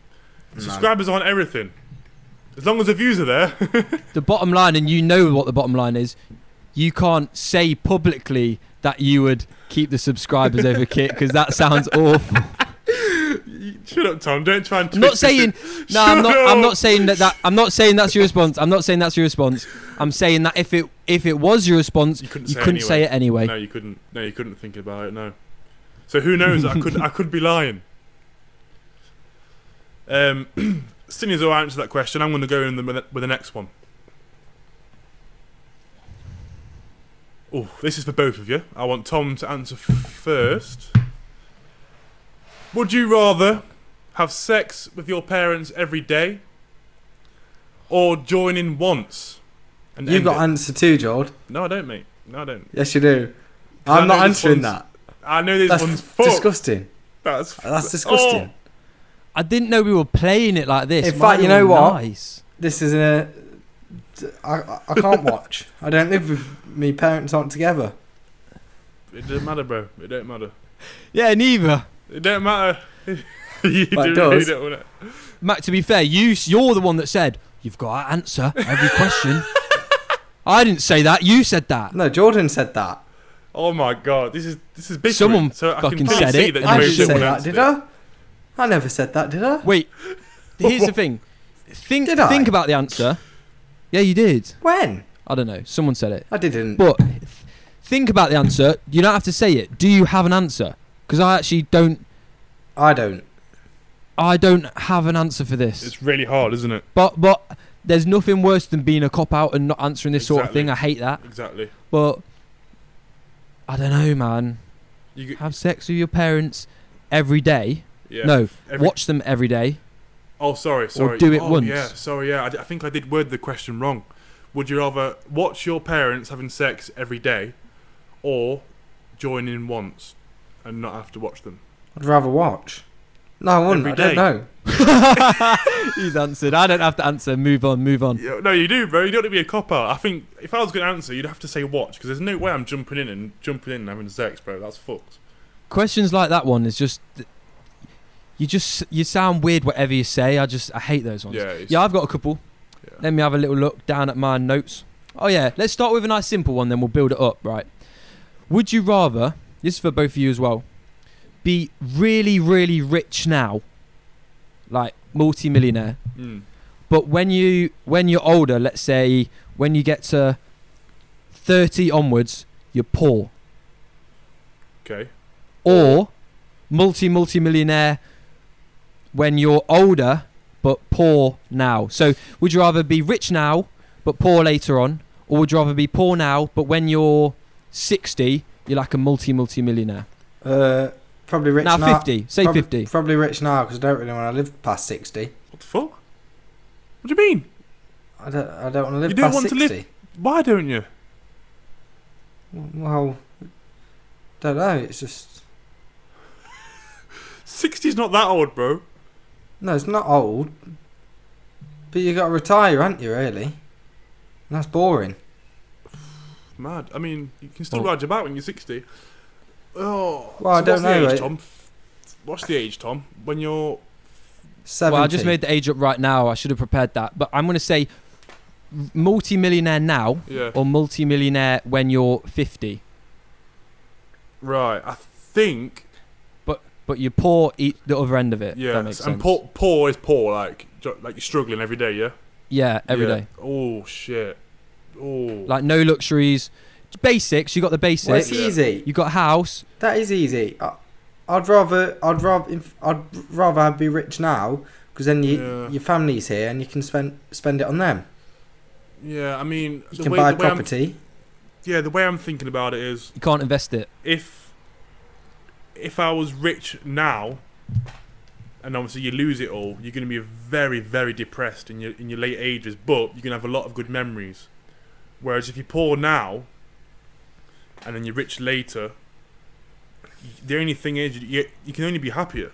B: No.
C: Subscribers aren't everything. As long as the views are there.
A: there. The bottom line, and you know what the bottom line is. You can't say publicly that you would keep the subscribers over Kit because that sounds awful.
C: Shut up, Tom. Don't try and.
A: I'm not
C: twist this
A: saying.
C: in-
A: No, I'm
C: Shut
A: not. I'm
C: up.
A: not saying that, that. I'm not saying that's your response. I'm not saying that's your response. I'm saying that if it if it was your response,
C: You
A: you
C: couldn't
A: couldn't,
C: say anyway.
A: say it anyway.
C: No, you couldn't. No, you couldn't think about it. No. So who knows? I could. I could be lying. Um, seeing as though I answered that question, I'm going to go in the, with the- with the next one. Oh, this is for both of you. I want Tom to answer f- first. Would you rather have sex with your parents every day, or join in once? And
B: You've
C: end
B: got
C: it?
B: answer too, George.
C: no, I don't, mate. No, I don't.
B: Yes, you do.
C: I
B: I'm
C: know
B: not
C: this
B: answering
C: one's-
B: that.
C: I know this
B: That's
C: one's
B: f-
C: fucked.
B: disgusting.
C: That's
B: That's disgusting.
A: I didn't know we were playing it like this.
B: In fact,
A: Mine
B: you know
A: were
B: what?
A: Nice.
B: This is a. I, I I can't watch. I don't live with. Me parents aren't together.
C: It doesn't matter, bro. It don't matter.
A: Yeah, neither.
C: It don't matter. you
B: But it
C: do really
B: does.
C: don't want it.
A: Mac, to be fair, you you're the one that said you've got to answer every question. I didn't say that. You said that.
B: No, Jordan said that.
C: Oh my god, this is this is big.
A: Someone
C: so I
A: fucking
C: can clearly
A: said
C: see
A: it,
C: That
A: and
B: I
A: Maybe
C: Joe
B: didn't say
C: someone
B: that,
C: answered
B: did
C: it.
B: I? I never said that, did I?
A: Wait, here's the thing. Think
B: Did I?
A: think about the answer. Yeah, you did.
B: When?
A: I don't know. Someone said it.
B: I didn't.
A: But th- think about the answer. You don't have to say it. Do you have an answer? Because I actually don't.
B: I don't.
A: I don't have an answer for this.
C: It's really hard, isn't it?
A: but but there's nothing worse than being a cop out and not answering this sort of
C: Exactly.
A: thing. I hate that.
C: Exactly.
A: But I don't know, man.
C: You g-
A: Have sex with your parents every day.
C: yeah.
A: No,
C: Every-
A: watch them every day.
C: Oh, sorry, sorry.
A: do it
C: oh,
A: once.
C: Yeah, sorry. Yeah, I, d- I think I did word the question wrong. Would you rather watch your parents having sex every day, or join in once and not have to watch them?
B: I'd rather watch. No, I wouldn't.
C: Every
B: I don't
C: day.
B: know.
A: He's answered. I don't have to answer. Move on. Move on.
C: Yeah, no, you do, bro. You don't have to be a cop out. I think if I was going to answer, you'd have to say watch because there's no way I'm jumping in and jumping in and having sex, bro. That's fucked.
A: Questions like that one is just. You just you sound weird whatever you say. I just I hate those ones.
C: Yeah. It's,
A: Yeah, I've got a couple.
C: Yeah.
A: Let me have a little look down at my notes. Oh yeah, let's start with a nice simple one, then we'll build it up, right? Would you rather? This is for both of you as well. Be really, really rich now, like multi-millionaire,
C: Mm.
A: but when you when you're older, let's say when you get to thirty onwards, you're poor,
C: Okay.
A: or multi multi-millionaire when you're older but poor now. So would you rather be rich now but poor later on, or would you rather be poor now but when you're 60 you're like a multi multi-millionaire?
B: Uh, probably rich
A: Now
B: now.
A: 50, say
B: prob-
A: 50.
B: Probably rich now because I don't really want to live past sixty.
C: What the fuck? What do you mean?
B: I don't. I don't want to live
C: You don't
B: past
C: want to live-
B: sixty.
C: Why don't you?
B: Well, don't know. It's just
C: Sixty's not that old, bro.
B: no. It's not old, but you got to retire, aren't you? Really? And that's boring.
C: Mad. I mean, you can still
A: Well-
C: ride your bike when you're 60. Oh,
B: Well, I
C: so
B: don't
C: what's
B: know,
C: The age,
B: like-
C: Tom? What's the age, Tom? When you're
B: Seventy.
A: Well, I just made the age up right now. I should have prepared that, but I'm going to say multi-millionaire now
C: yeah
A: or multi-millionaire when you're 50,
C: right. I think
A: but you're poor eat the other end of it. if
C: yeah,
A: that makes
C: and
A: sense.
C: poor, poor is poor. Like ju- like you're struggling every day. Yeah,
A: Yeah, every day.
C: Oh shit. Oh,
A: Like no luxuries, basics. You got the basics.
B: Well, it's
C: Yeah.
B: easy.
A: You got a house.
B: That is easy. I, I'd rather. I'd rather. If, I'd rather be rich now because then you,
C: Yeah.
B: your family's here and you can spend spend it on them.
C: yeah. I mean,
B: You
C: the
B: can
C: way,
B: buy
C: the way I'm,
B: property.
C: yeah, the way I'm thinking about it is
A: You can't invest it.
C: if if I was rich now, and obviously you lose it all, you're going to be very, very depressed in your in your late ages. But you're going to have a lot of good memories. Whereas if you're poor now, and then you're rich later, the only thing is you you can only be happier.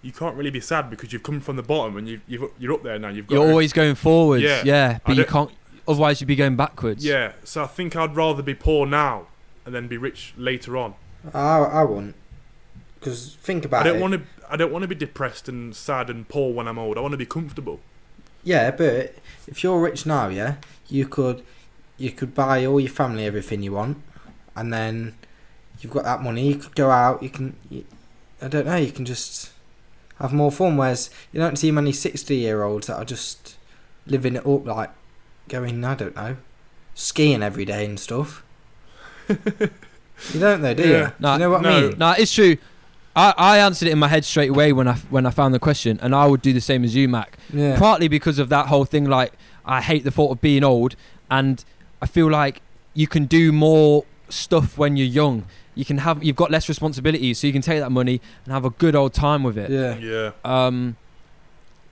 C: You can't really be sad because you've come from the bottom and you've, you've you're up there now. You've got
A: You're
C: everything.
A: always going forwards. Yeah,
C: Yeah. I
A: but you
C: don't-
A: can't. Otherwise, you'd be going backwards.
C: yeah. So I think I'd rather be poor now and then be rich later on.
B: I I wouldn't. Because think about
C: I don't
B: it.
C: want to. I don't want to be depressed and sad and poor when I'm old. I want to be comfortable.
B: Yeah, but if you're rich now, yeah, you could you could buy all your family everything you want, and then you've got that money. You could go out. You can. You, I don't know. You can just have more fun. Whereas you don't see many sixty-year-olds that are just living it up, like going. I don't know, skiing every day and stuff. you don't though, do
C: Yeah.
B: you?
A: No,
B: you know what I
C: no.
B: mean?
A: No, it's true. I, I answered it in my head straight away when I when I found the question, and I would do the same as you, Mac.
B: Yeah.
A: Partly because of that whole thing, like I hate the thought of being old, and I feel like you can do more stuff when you're young. You can have you've got less responsibilities, so you can take that money and have a good old time with it.
B: yeah.
A: Um,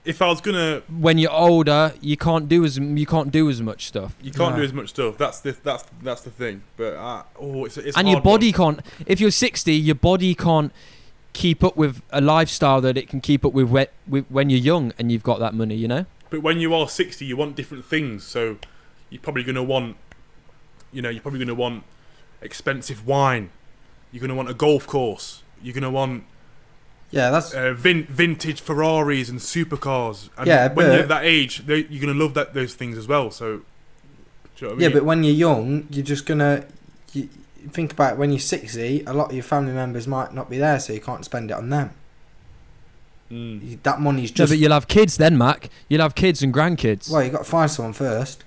C: If I was gonna,
A: when you're older, you can't do as you can't do as much stuff,
C: you can't
B: No.
C: do as much stuff. That's the that's that's the thing. But I, oh, it's it's
A: and your
C: hard one.
A: body can't. If you're 60, your body can't keep up with a lifestyle that it can keep up with, whe- with when you're young and you've got that money. You know,
C: But when you are sixty, you want different things. So you're probably gonna want, you know, you're probably gonna want expensive wine. You're going to want a golf course. You're going to want
B: Yeah, that's
C: uh, vin- vintage Ferraris and supercars. And
B: Yeah,
C: when
B: but-
C: you're at that age, they- you're going to love that those things as well. So, do you know what I
B: yeah.
C: mean?
B: But when you're young, you're just gonna you, think about it, when you're sixty. A lot of your family members might not be there, so you can't spend it on them.
C: Mm.
B: You- That money's
A: No,
B: just
A: but you'll have kids then, Mac. You'll have kids and grandkids.
B: well, you got to find someone first.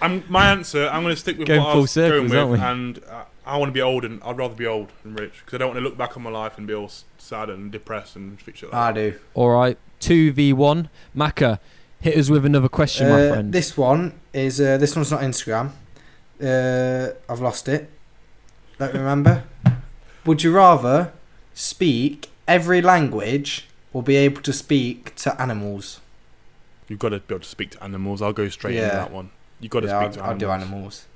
C: I'm, my answer, I'm going to stick with
A: Going
C: what I
A: full
C: was
A: circles,
C: going
A: aren't
C: with,
A: we?
C: and I, I want to be old, and I'd rather be old and rich because I don't want to look back on my life and be all s- sad and depressed and shit like that.
B: I do.
A: All right, two v one. Macca, hit us with another question, my
B: Uh,
A: friend.
B: This one is uh, this one's not Instagram. Uh, I've lost it. Don't remember. Would you rather speak every language or be able to speak to animals?
C: You've got to be able to speak to animals. I'll go straight
B: Yeah.
C: into that one. You've got to
B: yeah,
C: speak
B: I'll,
C: to
B: I'll
C: animals.
B: do animals.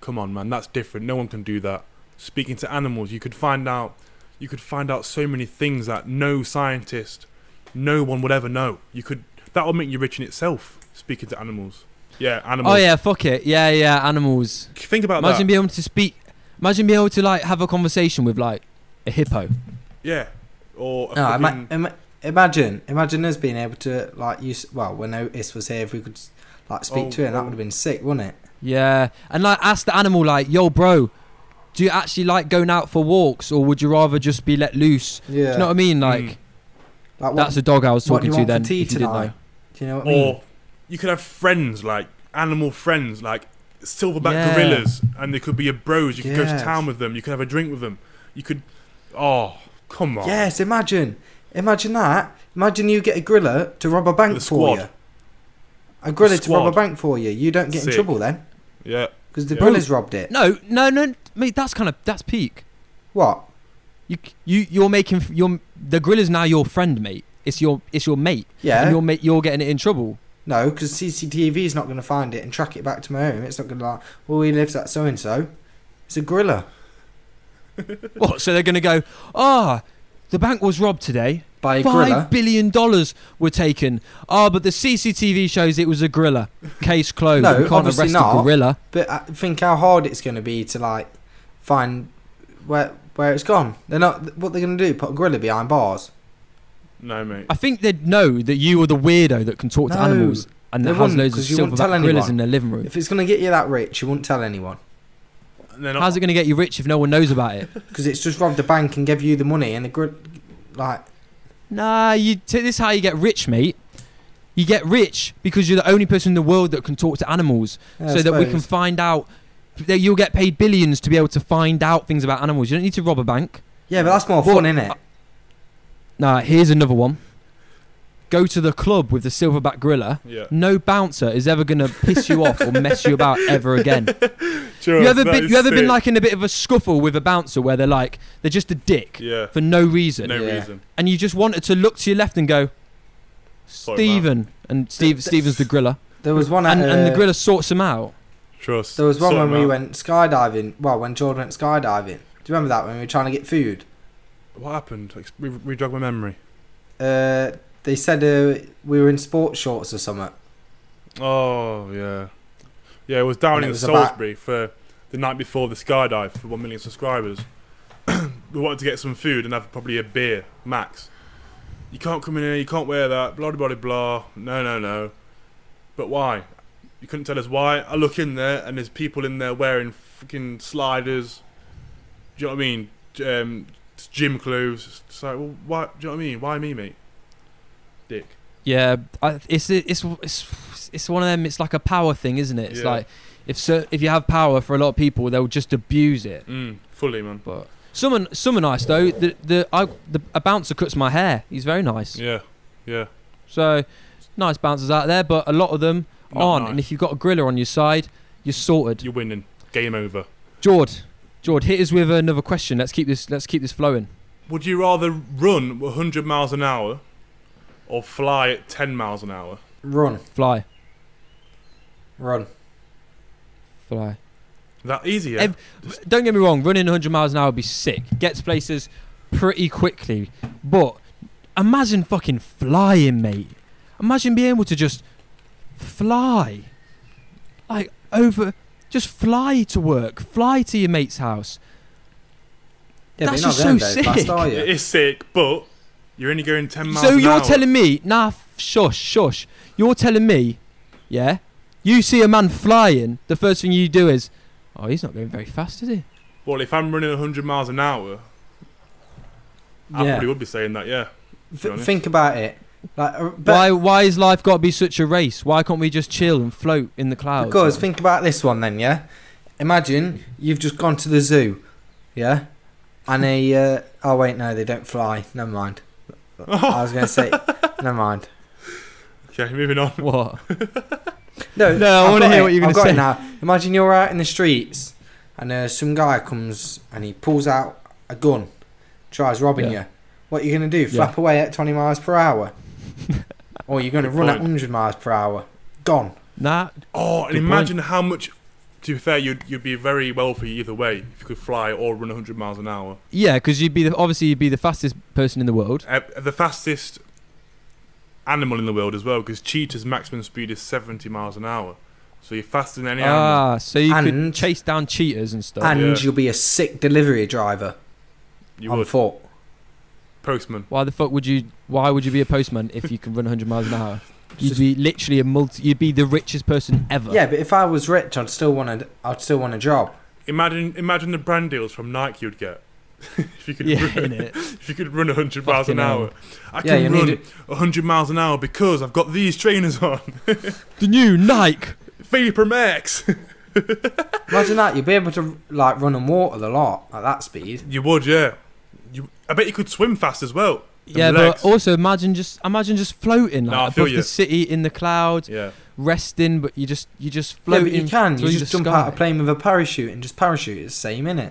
C: Come on, man. That's different. No one can do that. Speaking to animals, you could find out. You could find out so many things that no scientist, no one would ever know. You could. That would make you rich in itself. Speaking to animals. Yeah, animals.
A: Oh yeah, fuck it. Yeah, yeah, animals.
C: Think about
A: Imagine
C: that.
A: being able to speak. Imagine being able to like have a conversation with like a hippo.
C: yeah. Or a
B: No,
C: fucking,
B: ima- ima- imagine, imagine us being able to like use. Well, when Otis was here, if we could like speak
C: Oh,
B: to him, that
C: oh.
B: would have been sick, wouldn't it?
A: Yeah, and like ask the animal like, "Yo, bro, do you actually like going out for walks, or would you rather just be let loose?"
B: Yeah.
A: Do you know what I mean? Like
C: Mm.
B: like, what,
A: that's a dog I was
B: what do
A: talking
B: you
A: to then.
B: want for tea
A: if you didn't
B: tonight?
A: know.
B: Do you know what I mean?
C: or you could have friends like animal friends like silverback
A: Yeah.
C: gorillas and they could be your bros you could go
B: Yes.
C: to town with them you could have a drink with them you could oh come on
B: Yes, imagine. Imagine that. Imagine you get a griller to rob a bank
C: The
B: for
C: squad.
B: you. A griller to rob a
C: squad.
B: bank for you. You don't get
C: Sick.
B: in trouble then.
C: yeah
B: Because the
C: Yeah.
B: grillers robbed it.
A: No, no, no, mate. That's kind of that's peak.
B: What?
A: You you you're making your the griller's now your friend, mate. It's your it's your mate, and
B: Yeah.
A: you're ma- you're getting it in trouble.
B: No, because CCTV is not going to find it and track it back to my home. It's not going to like, well, he lives at so and so. It's a griller
A: What? Oh, So they're gonna go? Ah, the bank was robbed today.
B: by a griller.
A: Five billion dollars were taken. Ah, but the CCTV shows it was a gorilla. Case closed.
B: No,
A: we can't
B: obviously
A: arrest a
B: not.
A: gorilla.
B: But I think how hard it's going to be to like find where where it's gone. They're not. What they're going to do? Put a gorilla behind bars?
C: no mate
A: I think they'd know that you are the weirdo that can talk to
B: No,
A: animals and
B: they
A: that has
B: wouldn't,
A: loads of
B: 'cause you wouldn't tell
A: silverback gorillas
B: anyone.
A: in their living room.
B: If it's going to get you that rich, you wouldn't tell anyone.
C: And they're not-
A: How's it going to get you rich if no one knows about it?
B: Because it's just robbed a bank and gave you the money and the gr- like
A: nah, you t- this is how you get rich, mate. You get rich because you're the only person in the world that can talk to animals,
B: yeah, I
A: so that we can
B: suppose.
A: find out. That you'll get paid billions to be able to find out things about animals. You don't need to rob a bank.
B: yeah, but that's more
A: Well,
B: fun, innit?
A: Nah, here's another one. Go to the club with the silverback gorilla.
C: yeah
A: No bouncer is ever gonna piss you off or mess you about ever again.
C: Sure,
A: you ever
C: that
A: been
C: is
A: you ever
C: sick.
A: been like in a bit of a scuffle with a bouncer where they're like they're just a dick
C: yeah
A: for no reason
C: no
B: Yeah.
C: reason
A: and you just wanted to look to your left and go
C: Sorry,
A: Steven and Steve
B: th-
A: Steven's the griller
B: There was one at,
A: and, and the
B: uh,
A: griller sorts him out.
C: trust
B: There was one
C: Sort
B: when
C: them
B: we
C: out.
B: went skydiving. Well, when Jordan went skydiving, do you remember that when we were trying to get food?
C: what happened Ex- re- re- jog my memory
B: Uh, they said uh, we were in sports shorts or something.
C: oh yeah yeah it was down
B: And
C: in
B: it was about-
C: Salisbury for the night before the skydive for 1 million subscribers we wanted to get some food and have probably a beer max. You can't come in here. You can't wear that. Blah blah blah blah. No no no. But why? You couldn't tell us why. I look in there and there's people in there wearing fucking sliders. Do you know what I mean? J- Um, it's gym clothes. It's like, well, why? Do you know what I mean? Why me, mate? Dick.
A: Yeah, I, it's it's it's it's one of them. It's like a power thing, isn't it? It's
C: Yeah.
A: like if so, if you have power for a lot of people, they'll just abuse it.
C: Mm, fully, man.
A: But some are, some are nice though. The the, I, the a bouncer cuts my hair. He's very nice.
C: Yeah, yeah.
A: So nice bouncers out there, but a lot of them
C: Not
A: aren't.
C: Oh, nice.
A: And if you've got a griller on your side, you're sorted.
C: You're winning. Game over.
A: Jord, Jord, hit us with another question. Let's keep this. Let's keep this flowing.
C: Would you rather run 100 miles an hour, or fly at 10 miles an hour?
B: Run,
A: Fly,
B: run.
A: fly.
C: That easy, yeah.
A: Ev- Don't get me wrong. Running 100 miles an hour would be sick. Gets places pretty quickly. But imagine fucking flying, mate. Imagine being able to just fly, like over. Just fly to work. Fly to your mate's house.
B: Yeah,
A: That's
B: but
A: just
B: you're not
A: so
B: going very
A: sick.
B: fast, are
C: It
B: you?
C: is sick, but you're only going 10 miles
A: So
C: an
A: you're
C: hour.
A: telling me, nah, f- shush, shush. You're telling me, yeah, you see a man flying, the first thing you do is, oh, he's not going very fast, is he?
C: Well, if I'm running 100 miles an hour, I
B: Yeah.
C: probably would be saying that, yeah.
B: Th-
C: honest.
B: think about it. Like, uh, but
A: why, why has life got to be such a race? Why can't we just chill and float in the clouds?
B: Because think about this one then, yeah. Imagine you've just gone to the zoo, yeah, and a uh, oh wait no they don't fly. Never mind. I was going to say never mind.
C: Okay, moving on.
A: what?
B: No,
A: No, I
B: I've
A: wanna
B: got
A: hear
B: it,
A: what you're
B: I've
A: gonna
B: got it now. Imagine you're out in the streets and uh, some guy comes and he pulls out a gun, tries robbing
A: Yeah.
B: you. What are you going to do?
A: Yeah.
B: Flap away at 20 miles per hour, or you're going to
C: Good
B: run at
C: point.
B: 100 miles per hour? Gone.
A: Nah,
C: Oh, and
A: Good
C: imagine how much. To be fair, you'd you'd be very wealthy either way if you could fly or run 100 miles an hour.
A: yeah, because you'd be the, obviously you'd be the fastest person in the world.
C: Uh, the fastest animal in the world as well, because cheetah's maximum speed is 70 miles an hour. So you're faster than any animal.
A: Ah, so you could
B: And-
A: chase down cheaters and stuff.
B: and
C: yeah.
B: you'll be a sick delivery driver
C: You
B: on
C: would
B: foot.
C: postman.
A: why the fuck would you? Why would you be a postman if you can run 100 miles an hour? You'd be literally a multi. You'd be the richest person ever.
B: Yeah, but if I was rich, I'd still want a, I'd still want a job.
C: Imagine imagine the brand deals from Nike you'd get if you could
A: yeah,
C: run,
A: innit?
C: if you could run 100 miles
A: Fucking
C: an
A: hell.
C: hour. I
B: Yeah,
C: can
B: you need
C: run 100 miles an hour because I've got these trainers on.
A: the new Nike.
C: Vapor Max.
B: Imagine that you'd be able to like run and water the lot at that speed.
C: you would, yeah. You, I bet you could swim fast as well. Them
A: Yeah,
C: legs.
A: but also imagine just imagine just floating like
C: Nah, I feel
A: above
C: you.
A: the city in the clouds,
C: yeah.
A: resting, but you just you just
B: Yeah,
A: floating.
B: but you can. You
A: through
B: just
A: the
B: jump
A: sky.
B: out a plane with a parachute and just parachute. It's the same, innit?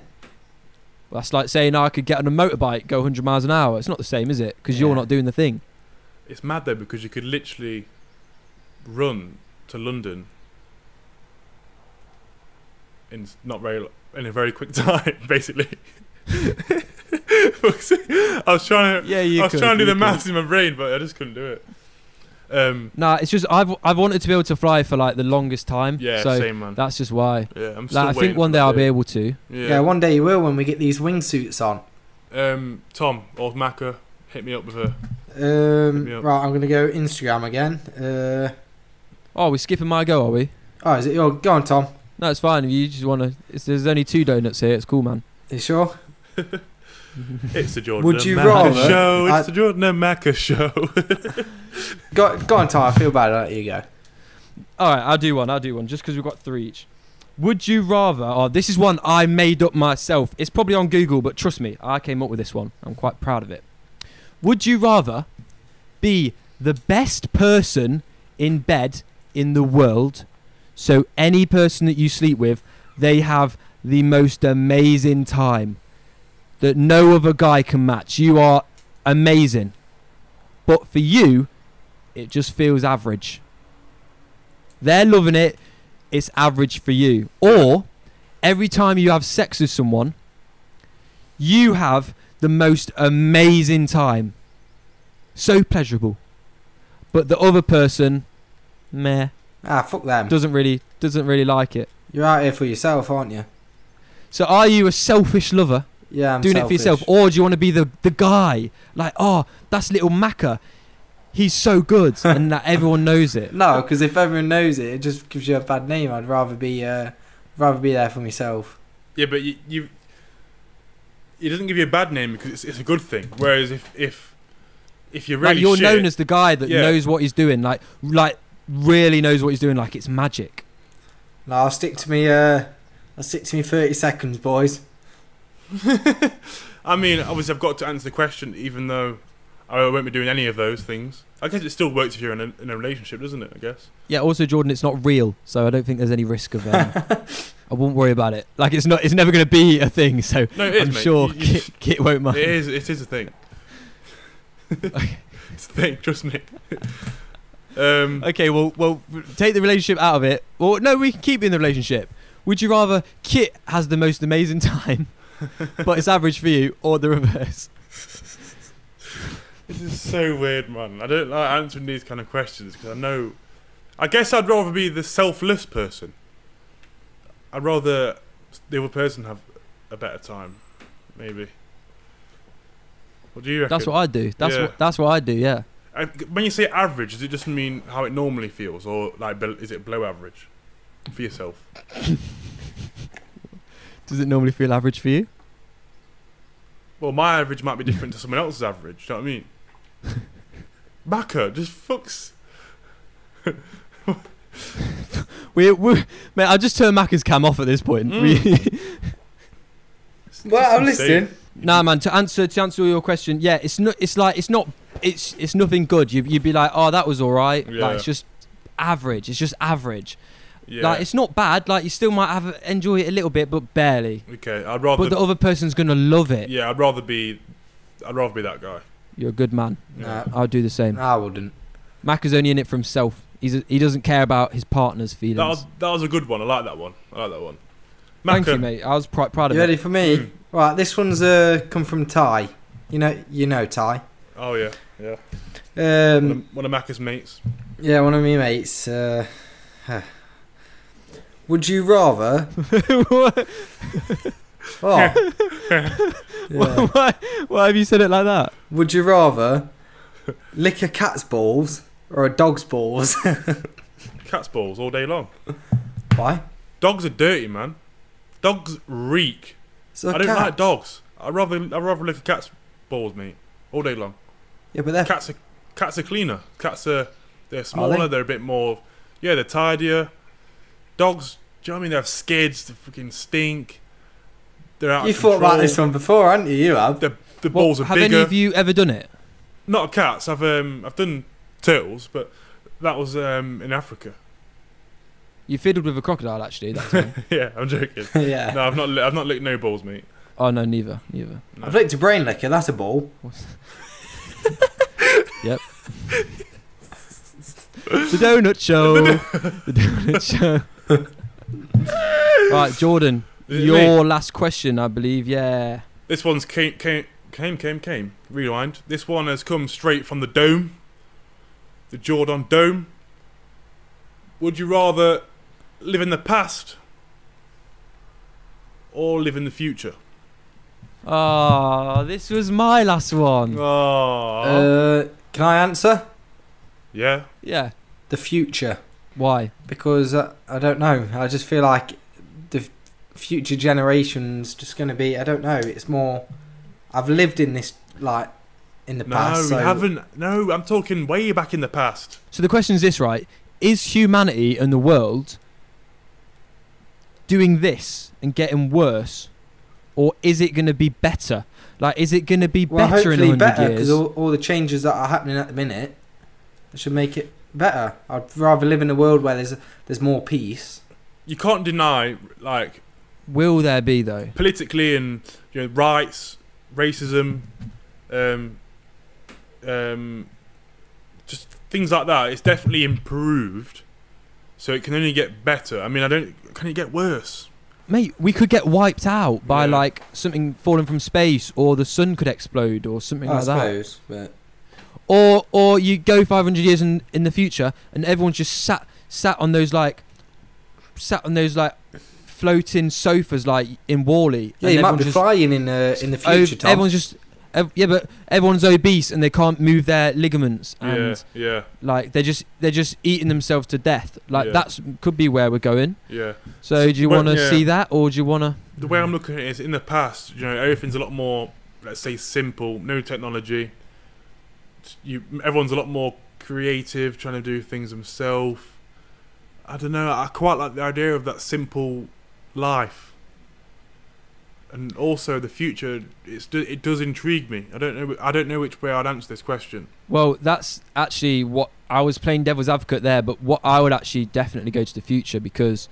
A: That's like saying "Oh, I could get on a motorbike, go 100 miles an hour. It's not the same, is it? Because you're
B: Yeah.
A: not doing the thing.
C: It's mad though because you could literally run to London in s- not very lo- in a very quick time, basically. I was trying to
A: Yeah, you.
C: I was trying to do the maths in my brain, but I just couldn't do it. Um,
A: Nah, it's just I've I've wanted to be able to fly for like the longest time.
C: yeah,
A: so
C: same man.
A: that's just why.
C: yeah, I'm still
A: Like, I
C: waiting
A: think
C: for
A: one
C: that
A: day I'll be able to.
B: Yeah.
C: Yeah.
B: one day you will when we get these wingsuits on.
C: Um, Tom, old Macca, hit me up with a
B: Um,
C: Yep.
B: Right, I'm gonna go Instagram again. Uh,
A: Oh, we're skipping my go, are we?
B: oh, is it your? Go on, Tom.
A: No, it's fine. If you just want to, there's only two donuts here. It's cool, man.
B: You sure?
C: It's the Jordan
B: Would you
C: and Macca
A: rather-
C: show. It's
B: I-
C: the Jordan and Macca show.
B: Go, go on, Tom. I feel bad. I'll Let you go.
A: All right, I'll do one. I'll do one just because we've got three each. Would you rather? Oh, this is one I made up myself. It's probably on Google, but trust me, I came up with this one. I'm quite proud of it. Would you rather be the best person in bed in the world? So any person that you sleep with, they have the most amazing time that no other guy can match. You are amazing. But for you, it just feels average. They're loving it. It's average for you. Or every time you have sex with someone, you have the most amazing time. So pleasurable. But the other person, meh,
B: Ah, fuck them.
A: doesn't really doesn't really like it.
B: You're out here for yourself, aren't you?
A: So are you a selfish lover
B: Yeah, I'm
A: doing it for
B: selfish.
A: yourself? Or do you want to be the, the guy? Like, oh, that's little Macca. He's so good and that everyone knows it.
B: No, because if everyone knows it, it just gives you a bad name. I'd rather be uh, rather be there for myself.
C: Yeah, but you, you it doesn't give you a bad name because it's, it's a good thing. Whereas if if if you're really
A: like you're
C: shit,
A: known as the guy that
C: Yeah.
A: knows what he's doing, like like really knows what he's doing, like it's magic.
B: No, I'll stick to me. Uh, I'll stick to me thirty seconds, boys.
C: I mean, obviously I've got to answer the question, even though I won't be doing any of those things. I guess it still works if you're in a, in a relationship, doesn't it? I guess.
A: Yeah. Also, Jordan, it's not real, so I don't think there's any risk of. Um, I wouldn't worry about it. Like it's not. It's never going to be a thing. So
C: No, it is,
A: I'm
C: mate.
A: sure
C: You- you-
A: Kit, Kit won't mind.
C: it is. It is a thing. it's a thing. Trust me. Um,
A: Okay. Well, well, take the relationship out of it. Well, no, we can keep in the relationship. Would you rather Kit has the most amazing time, but it's average for you, or the reverse?
C: This is so weird, man. I don't like answering these kind of questions because I know. I guess I'd rather be the selfless person. I'd rather the other person have a better time, maybe. What do you reckon?
A: That's what I do. That's
C: Yeah.
A: what that's what I do. Yeah.
C: I, when you say average, does it just mean how it normally feels, or like bel- is it below average for yourself?
A: Does it normally feel average for you?
C: Well, my average might be different to someone else's average. Do you know what I mean? Backer just fucks.
A: We, we mate, I'll just turn Macca's cam off at this point.
C: Mm.
A: We-
C: It's just
B: Well, I'm
C: insane.
B: listening.
A: nah, man. To answer to answer your question, yeah, it's not. It's like it's not. It's it's nothing good. You you'd be like, oh, that was all right.
C: Yeah.
A: Like it's just average. It's just average.
C: Yeah.
A: Like it's not bad. Like you still might have enjoy it a little bit, but barely.
C: okay, I'd rather.
A: But the other person's gonna love it.
C: yeah, I'd rather be. I'd rather be that guy.
A: You're a good man.
B: Nah,
A: I'll do the same.
B: nah, I wouldn't.
A: Mac is only in it for himself. He's a, he doesn't care about his partner's feelings.
C: That was that was a good one. I like that one. I like that one.
A: Thank you,
C: Macca,
A: mate. I was pr- proud of
B: You
A: it.
B: ready for me?
C: Hmm.
B: Right, this one's uh, come from Ty. You know, you know Ty.
C: Oh yeah, yeah. One
B: Um,
C: of, one of Macca's mates.
B: yeah, one of me mates. Uh, would you rather?
A: Why-
B: Oh, yeah.
A: why, why have you said it like that?
B: Would you rather lick a cat's balls or a dog's balls?
C: Cat's balls all day long.
B: Why?
C: Dogs are dirty, man. Dogs reek.
B: So
C: I don't
B: cat.
C: like dogs. I'd rather I'd rather lick a cat's balls, mate, all day long.
B: Yeah, but they're
C: Cats are cats are cleaner. Cats are they're
B: they?
C: smaller. they? are a bit more. Yeah, they're tidier. Dogs. Do you know what I mean? They have skids. They fucking stink. They're out.
B: You
C: of
B: thought
C: control.
B: about this one before, hadn't you? You have.
C: The the
A: What-
C: balls are
A: have
C: bigger.
A: any of you ever done it?
C: Not cats. I've um I've done turtles, but that was um in Africa.
A: You fiddled with a crocodile, actually. That time.
C: yeah, I'm joking.
B: yeah.
C: No, I've not. Li- I've not licked no balls, mate.
A: oh no, neither, neither.
B: I've licked a brain licker. That's a ball.
A: The donut show. the donut show. right, Jordan.
C: Is it
A: Your last question, I believe. Yeah.
C: This one's came, came, came, came, came. Rewind. This one has come straight from the dome, the Jordan Dome. Would you rather live in the past or live in the future?
A: Oh, this was my last one.
C: Oh,
B: Mm. Uh, can I answer?
C: yeah.
A: Yeah.
B: The future.
A: Why?
B: because I, I don't know. I just feel like the f- future generations just going to be. I don't know. It's more. I've lived in this like in the
C: No,
B: past.
C: we
B: so
C: haven't. No, I'm talking way back in the past.
A: So the question is this, right? Is humanity and the world doing this and getting worse, or is it going to be better? Like, is it going to be
B: Well,
A: better in
B: hopefully
A: 100
B: better
A: years?
B: because all, all the changes that are happening at the minute should make it better. I'd rather live in a world where there's there's more peace.
C: You can't deny, like,
A: Will there be though?
C: politically and you know rights, racism, um, um, just things like that. It's definitely improved, so it can only get better. I mean, I don't. Can it get worse?
A: Mate, we could get wiped out by
C: Yeah.
A: like something falling from space, or the sun could explode, or something
B: I
A: like that.
B: suppose, but
A: Or, or you go 500 years in, in the future, and everyone's just sat sat on those like sat on those like floating sofas, like in Wally.
B: yeah,
A: and
B: you might
A: everyone
B: be
A: just-
B: flying in uh, in the
A: Oh,
B: future. Tom.
A: Everyone's just ev- yeah, but everyone's obese and they can't move their ligaments and
C: yeah,
A: like they're just they're just eating themselves to death. Like
C: Yeah.
A: that's could be where we're going.
C: yeah, yeah.
A: So do you
C: Well,
A: want to
C: yeah.
A: see that or do you want to?
C: The way I'm looking at it is, in the past, you know, everything's a lot more, let's say, simple. No technology. You, everyone's a lot more creative, trying to do things themselves. I don't know. I quite like the idea of that simple life. And also the future, it's, do- it does intrigue me. I don't know. I don't know which way I'd answer this question.
A: Well, that's actually what I was playing devil's advocate there, but what I would actually definitely go to the future because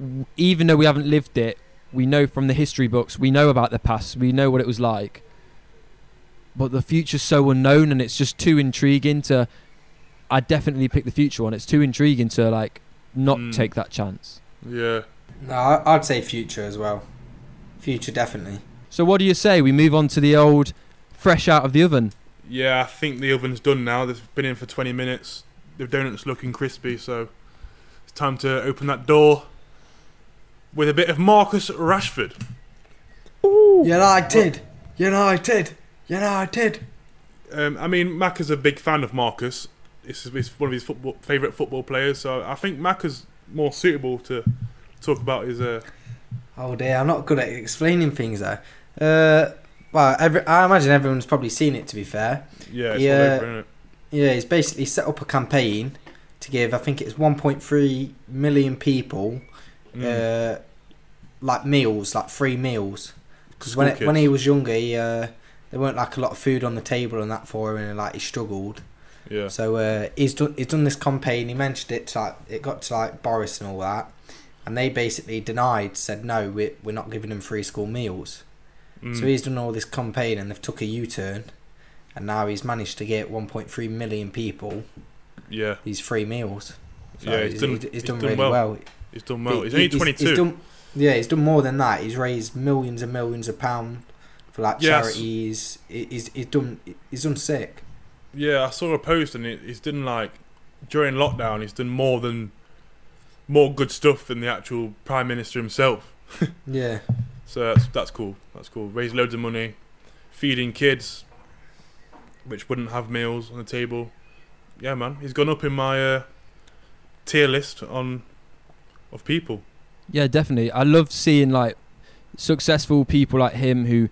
A: w- even though we haven't lived it, we know from the history books, we know about the past, we know what it was like. But the future's so unknown and it's just too intriguing to. I definitely pick the future one. It's too intriguing to, like, not
C: Mm.
A: take that chance.
C: Yeah.
B: no, I, I'd say future as well. Future definitely.
A: So, what do you say? We move on to the old fresh out of the oven.
C: Yeah, I think the oven's done now. They've been in for 20 minutes. The donut's looking crispy, so it's time to open that door with a bit of Marcus Rashford.
B: United, United. Yeah, no, I did.
C: Um, I mean, Macca's a big fan of Marcus. It's, it's one of his football, favourite football players, so I think Macca's more suitable to talk about his. Uh,
B: Oh dear, I'm not good at explaining things though. Uh, well, every, I imagine everyone's probably seen it. To be fair,
C: yeah, it's
B: Yeah.
C: all over, isn't it?
B: yeah, he's basically set up a campaign to give. I think it's 1.3 million people
C: Mm.
B: uh, like meals, like free meals. Because when
C: School
B: it, when he
C: kids.
B: was younger, he, uh, there weren't like a lot of food on the table and that for him, and like he struggled.
C: yeah.
B: So uh, he's done he's done this campaign. He mentioned it to like it got to like Boris and all that, and they basically denied, said no, we're we're not giving them free school meals.
C: Mm.
B: So he's done all this campaign and they've took a U-turn, and now he's managed to get 1.3 million people
C: yeah,
B: these free meals. So
C: Yeah, he's done- he's done
B: really
C: well.
B: well.
C: he's done well.
B: He-
C: He's
B: he-
C: only 22.
B: done, yeah, he's done more than that. He's raised millions and millions of pounds for like
C: Yes.
B: charities. He- He's, he's done he's done sick.
C: Yeah, I saw a post and it, he's done like during lockdown. He's done more than more good stuff than the actual prime minister himself.
B: Yeah,
C: So that's that's cool. That's cool. Raise loads of money, feeding kids, which wouldn't have meals on the table. Yeah, man, he's gone up in my uh, tier list on of people.
A: Yeah, definitely. I love seeing like successful people like him who,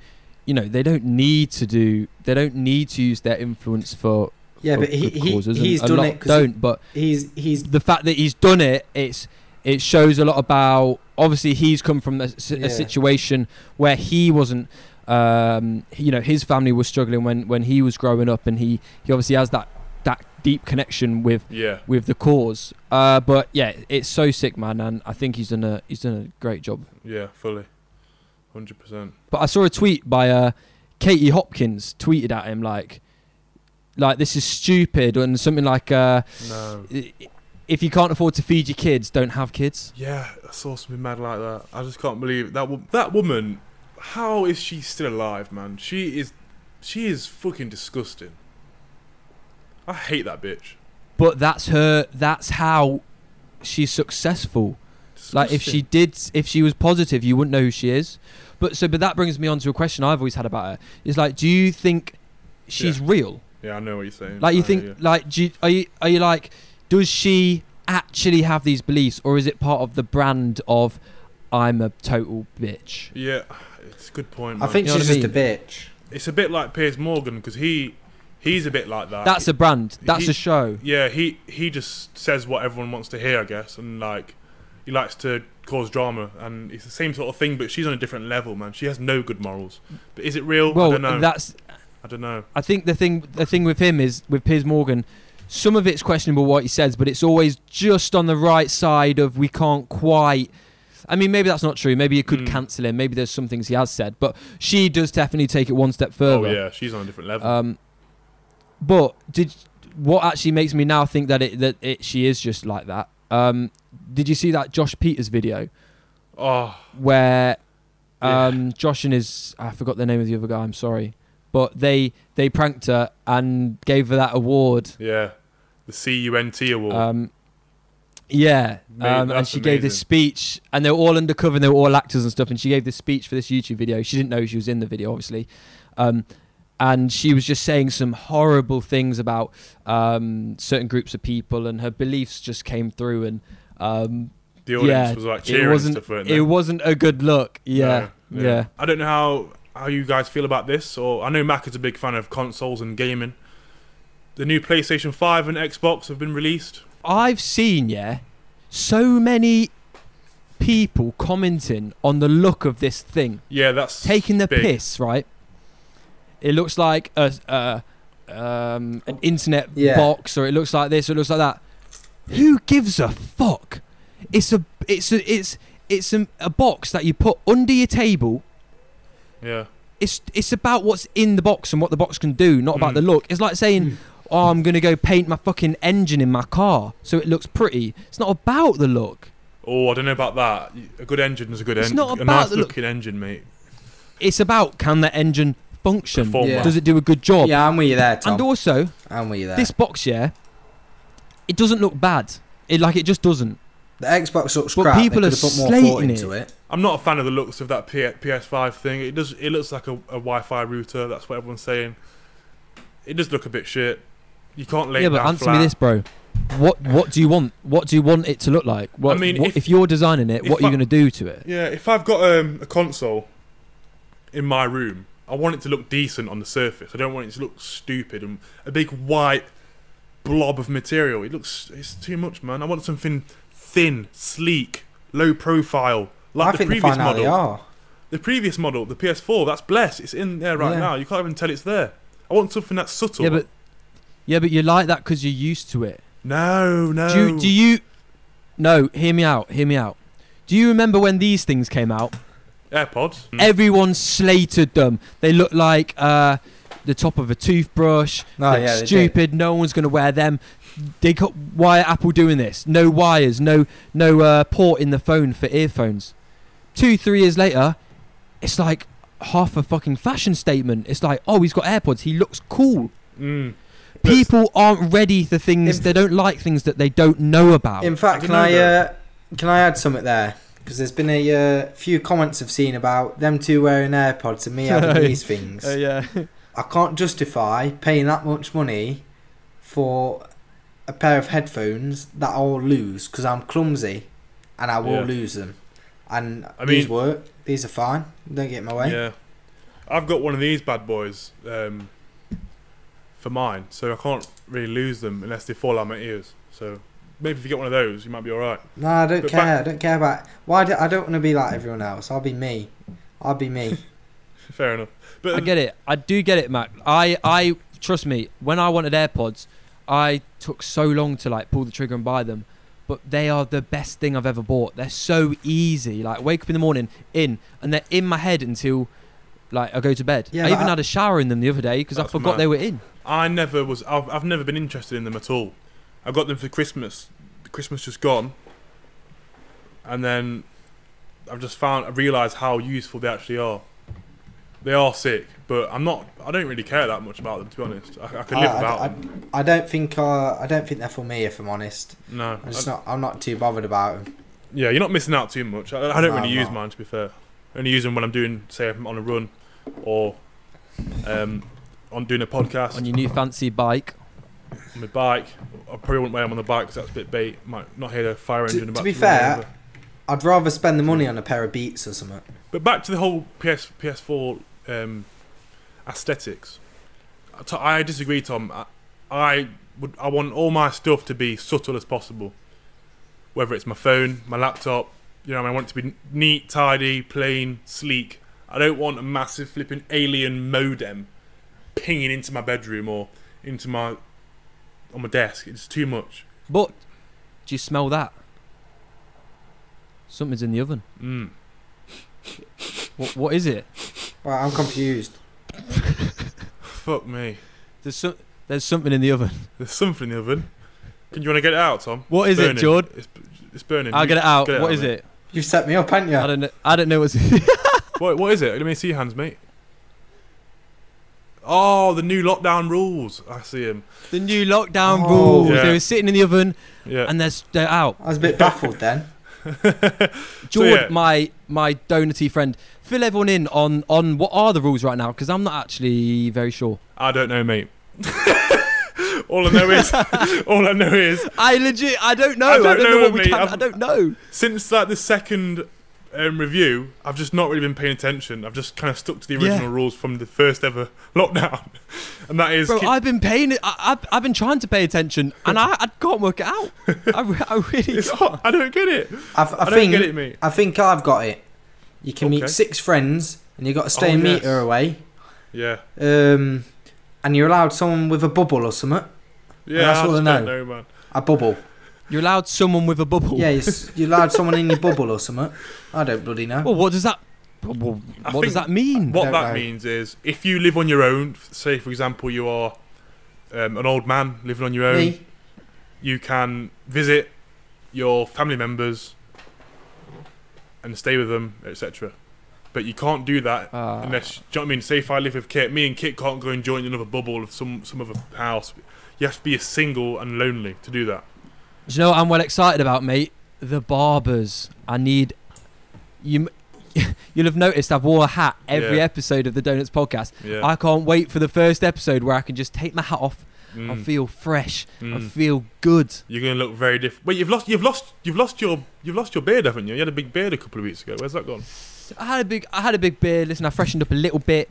A: you know, they don't need to do, they don't need to use their influence for
B: yeah,
A: for
B: but he,
A: good
B: he
A: causes, and
B: he's
A: a
B: done
A: lot
B: it because
A: Don't, but
B: he's he's
A: the fact that he's done it, it's it shows a lot about. Obviously, he's come from a, s- a
B: Yeah.
A: situation where he wasn't. Um, he- you know, his family was struggling when when he was growing up, and he he obviously has that that deep connection with
C: Yeah,
A: with the cause. Uh, but yeah, it's so sick, man, and I think he's done a he's done a great job.
C: yeah, fully, hundred percent.
A: But I saw a tweet by uh, Katie Hopkins tweeted at him like, like this is stupid and something like, uh,
C: No.
A: i- if you can't afford to feed your kids, don't have kids.
C: Yeah, I saw something mad like that. I just can't believe that wo- that woman. How is she still alive, man? She is, she is fucking disgusting. I hate that bitch.
A: But that's her. That's how she's successful. Like if she
C: Disgusting.
A: did, if she was positive, you wouldn't know who she is. But so, but that brings me on to a question I've always had about her. Is like, do you think she's real?
C: Yeah, I know what you're saying.
A: Like
C: I
A: you
C: know
A: think, like, do you, are you are you like, does she actually have these beliefs, or is it part of the brand of I'm a total bitch?
C: Yeah, it's a good point.
B: I
C: Man.
B: think
A: You know
B: she's
A: what I
B: just a bitch.
C: it's a bit like Piers Morgan because he, he's a bit like that.
A: That's a brand. That's
C: he-
A: a show.
C: yeah. He he just says what everyone wants to hear, I guess, and like he likes to cause drama, and it's the same sort of thing. But she's on a different level, man. She has no good morals. But is it real? I
A: Well,
C: don't know.
A: that's.
C: I don't know.
A: I think the thing the thing with him is with Piers Morgan, some of it's questionable what he says, but it's always just on the right side of we can't quite. I mean, maybe that's not true. Maybe you could
C: Mm.
A: cancel him. Maybe there's some things he has said, but she does definitely take it one step further.
C: Oh yeah, she's on a different level.
A: Um, but did what actually makes me now think that it that it she is just like that? Um, did you see that Josh Peters video
C: oh,
A: where
C: Yeah.
A: um, Josh and his I forgot the name of the other guy. I'm sorry, but they they pranked her and gave her that award.
C: yeah. The CUNT award.
A: Um, yeah,
C: Mate,
A: um, and
C: that's
A: she gave this
C: amazing.
A: speech, and they were all undercover, and they were all actors and stuff. And she gave this speech for this YouTube video. She didn't know she was in the video, obviously, um, and she was just saying some horrible things about um, certain groups of people, and her beliefs just came through. And um,
C: the audience
A: yeah,
C: was like
A: it
C: cheering and
A: wasn't
C: stuff, weren't they?
A: it wasn't a good look. Yeah,
C: No,
A: yeah.
C: I don't know how how you guys feel about this, or I know Mac is a big fan of consoles and gaming. The new PlayStation Five and Xbox have been released.
A: I've seen yeah, so many people commenting on the look of this thing.
C: Yeah, that's
A: taking the
C: big.
A: piss, right? It looks like a, a um, an internet
B: Yeah.
A: box, or it looks like this, or it looks like that. Who gives a fuck? It's a it's a it's it's a, a box that you put under your table.
C: Yeah,
A: It's it's about what's in the box and what the box can do, not about
C: Mm.
A: the look. It's like saying,
B: Mm.
A: "Oh, I'm gonna go paint my fucking engine in my car so it looks pretty." It's not about the look.
C: Oh, I don't know about that. A good engine is a good
A: It's
C: engine.
A: not
C: a
A: about
C: nice
A: the look.
C: looking engine, mate.
A: It's about can that engine function?
C: Perform
B: Yeah.
C: well.
A: Does it do a good job?
B: Yeah, I'm with you there, Tom.
A: and also,
B: I'm with you there.
A: this box yeah it doesn't look bad it like it just doesn't
B: the Xbox looks
A: But
B: crap.
A: people
B: they
A: are
B: could have put more thought
A: slating
B: into it.
C: I'm not a fan of the looks of that P- PS5 thing. It does. It looks like a, a Wi-Fi router. That's what everyone's saying. It does look a bit shit. You can't lay
A: yeah,
C: it
A: but
C: down
A: answer
C: flat.
A: me this, bro. What what do you want? What do you want it to look like? What,
C: I mean,
A: what-
C: if-
A: if, you're designing it,
C: if
A: what are you
C: I-
A: going to do to it?
C: Yeah, if I've got um, a console in my room, I want it to look decent on the surface. I don't want it to look stupid and a big white blob of material. It looks it's too much, man. I want something thin, sleek, low profile, like
B: I
C: the
B: think they
C: previous
B: finally
C: model.
B: are.
C: The previous model, the PS4, that's blessed. It's in there right
B: Yeah.
C: now. You can't even tell it's there. I want something that's subtle.
A: Yeah, but yeah, but you like that because you're used to it.
C: no, no.
A: Do you, do you? No, hear me out. Hear me out. Do you remember when these things came out?
C: AirPods. Mm.
A: Everyone slated them. They look like uh, the top of a toothbrush.
B: No,
A: They're
B: yeah, they do.
A: stupid. No one's going to wear them. They got, why are Apple doing this? No wires. No no uh, port in the phone for earphones. Two three years later, it's like half a fucking fashion statement. It's like oh he's got AirPods. He looks cool.
C: Mm. But-
A: People aren't ready for things.
B: If-
A: they don't like things that they don't know about.
B: In fact,
C: I
B: can
C: dunno
B: I
C: though.
B: uh, can I add something there? Because there's been a uh, few comments I've seen about them two wearing AirPods and me having these things.
A: yeah.
B: I can't justify paying that much money for a pair of headphones that I'll lose because I'm clumsy and I will
C: Yeah.
B: lose them. And
C: I
B: these
C: mean-
B: work. These are fine. Don't get in my way.
C: Yeah, I've got one of these bad boys um, for mine, so I can't really lose them unless they fall out my ears. So maybe if you get one of those, you might be all right.
B: No, I don't
C: But
B: care.
C: back-
B: I don't care about. Why? Do, I don't want to be like everyone else. I'll be me. I'll be me.
C: Fair enough. But
A: I get it. I do get it, Mac. I, I trust me. When I wanted AirPods, I took so long to like pull the trigger and buy them. But they are the best thing I've ever bought. They're so easy. Like wake up in the morning, in, and they're in my head until like I go to bed.
B: Yeah,
A: I
B: but
A: even
B: I-
A: had a shower in them the other day because I
C: That's
A: forgot
C: mad.
A: they were in.
C: I never was. I've, I've never been interested in them at all. I got them for Christmas. Christmas just gone, and then I've just found I realised how useful they actually are. They are sick, but I'm not. I don't really care that much about them, to be honest. I, I could
B: Ah, I,
C: live
B: I-
C: without
B: I-
C: them.
B: I don't think. Uh, I don't think they're for me. If I'm honest,
C: No,
B: I'm
C: I-
B: just not. I'm not too bothered about 'em.
C: Yeah, you're not missing out too much. I, I don't
B: No,
C: really
B: I'm
C: use
B: not.
C: mine to be fair. I only use them when I'm doing, say, I'm on a run, or um, on doing a podcast
A: On
C: on,
A: your new fancy bike.
C: my bike. I probably wouldn't wear them on the bike because that's a bit bait. Might not hear the fire engine.
B: To-
C: in the
B: to be
C: background or
B: fair-
C: whatever.
B: I'd rather spend the money on a pair of Beats or something.
C: but back to the whole PS PS4 um, aesthetics. I t- I disagree, Tom. I, I would. I want all my stuff to be subtle as possible. Whether it's my phone, my laptop, you know, I want it to be neat, tidy, plain, sleek. I don't want a massive flipping alien modem pinging into my bedroom or into my on my desk. It's too much.
A: But do you smell that? Something's in the oven.
C: Mm.
A: What, what is it?
B: Well, I'm confused.
C: Fuck me.
A: There's some, there's something in the oven.
C: There's something in the oven. Can you want to get it out, Tom?
A: What is
C: burning.
A: it, Jord?
C: It's, it's burning.
A: I'll get it out.
C: Get it
A: What
C: out,
A: is
C: mate.
A: it?
B: You've set me up, haven't you?
A: I don't know. I don't know what's.
C: What, what is it? Let me see your hands, mate. Oh, the new lockdown rules. I see him.
A: The new lockdown
B: Oh.
A: rules.
C: Yeah.
A: They were sitting in the oven
C: Yeah.
A: and they're, s- they're out.
B: I was a bit baffled then.
A: Jord,
C: yeah.
A: my my donaty friend, fill everyone in on on what are the rules right now because I'm not actually very sure.
C: I don't know, mate. all I know is, all I know is,
A: I legit, I don't know.
C: I don't know,
A: what we
C: mate.
A: can.
C: I've-
A: I don't know.
C: since like the second um, review, I've just not really been paying attention. I've just kind of stuck to the
A: Yeah.
C: original rules from the first ever lockdown, and that is
A: Bro,
C: keep-
A: I've been paying. I, I've I've been trying to pay attention and I, I can't work it out. I, re- I really.
C: it's hot. I don't get it.
B: I, I,
C: I don't
B: think
C: get it, mate.
B: I think I've got it. You can
C: Okay.
B: meet six friends, and you got to stay a
C: Oh, yes.
B: meter away.
C: Yeah,
B: Um, and you're allowed someone with a bubble or something.
C: yeah.
B: that's
C: I
B: all I
C: just don't
B: know.
C: know, man.
A: Mm.
B: A bubble.
A: You're allowed someone with a bubble.
B: Yeah, you're, you're allowed someone in your bubble or something. I don't bloody know.
A: Well, what does that? Well,
C: I
A: what does
C: think-
A: that mean?
C: What
B: don't
C: that
B: know.
C: means is, if you live on your own, f- say for example you are um, an old man living on your own,
B: Me?
C: you can visit your family members and stay with them, etc. But you can't do that
A: Ah.
C: unless, do you know what I mean? Say if I live with Kit, me and Kit can't go and join another bubble of some some other house. You have to be single and lonely to do that.
A: Do you know what I'm well excited about, mate? The barbers. I need you. m- you'll have noticed I've wore a hat every
C: Yeah.
A: episode of the Donuts podcast.
C: Yeah.
A: I can't wait for the first episode where I can just take my hat off. I
C: Mm,
A: feel fresh. I
C: mm.
A: feel good.
C: You're gonna look very different. Wait, you've lost, you've lost, you've lost your, you've lost your beard, haven't you? You had a big beard a couple of weeks ago. Where's that gone?
A: I had a big, I had a big beard. Listen, I freshened up a little bit.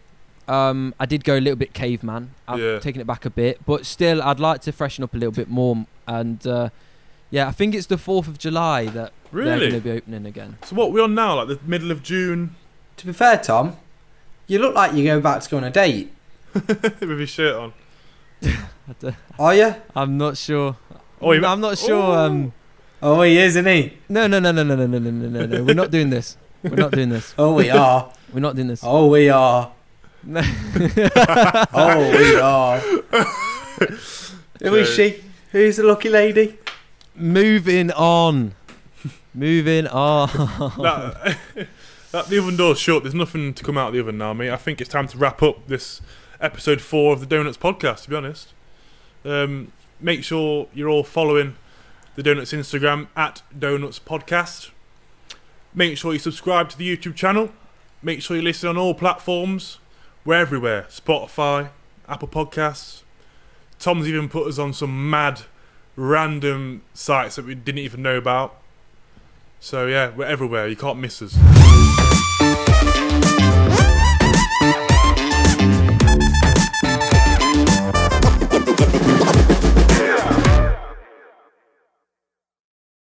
A: Um, I did go a little bit caveman. I've
C: Yeah.
A: taken it back a bit, but still, I'd like to freshen up a little bit more. And uh, yeah, I think it's the fourth of July that they're
C: Really?
A: going to be opening again.
C: So what we're on now, like the middle of June,
B: To be fair, Tom, you look like you're about to go on a date.
C: with his shirt on.
B: Are you?
A: I'm not sure.
C: Oh, he-
A: I'm not sure. Um,
B: Oh, he is, isn't he?
A: no, no, no, no, no, no, no, no, no, no, no. We're not doing this. We're not doing this.
B: Oh, we are.
A: We're not doing this.
B: Oh, we are.
A: No.
B: Oh, we are. Who is
C: So-
B: she? Who's the lucky lady?
A: Moving on. Moving on.
C: that, that the oven door's shut. There's nothing to come out of the oven now, mate. I think it's time to wrap up this episode four of the Donuts podcast. To be honest, um, make sure you're all following the Donuts Instagram at Donuts Podcast. Make sure you subscribe to the YouTube channel. Make sure you listen on all platforms. We're everywhere: Spotify, Apple Podcasts. Tom's even put us on some mad, random sites that we didn't even know about. So yeah, we're everywhere. You can't miss us.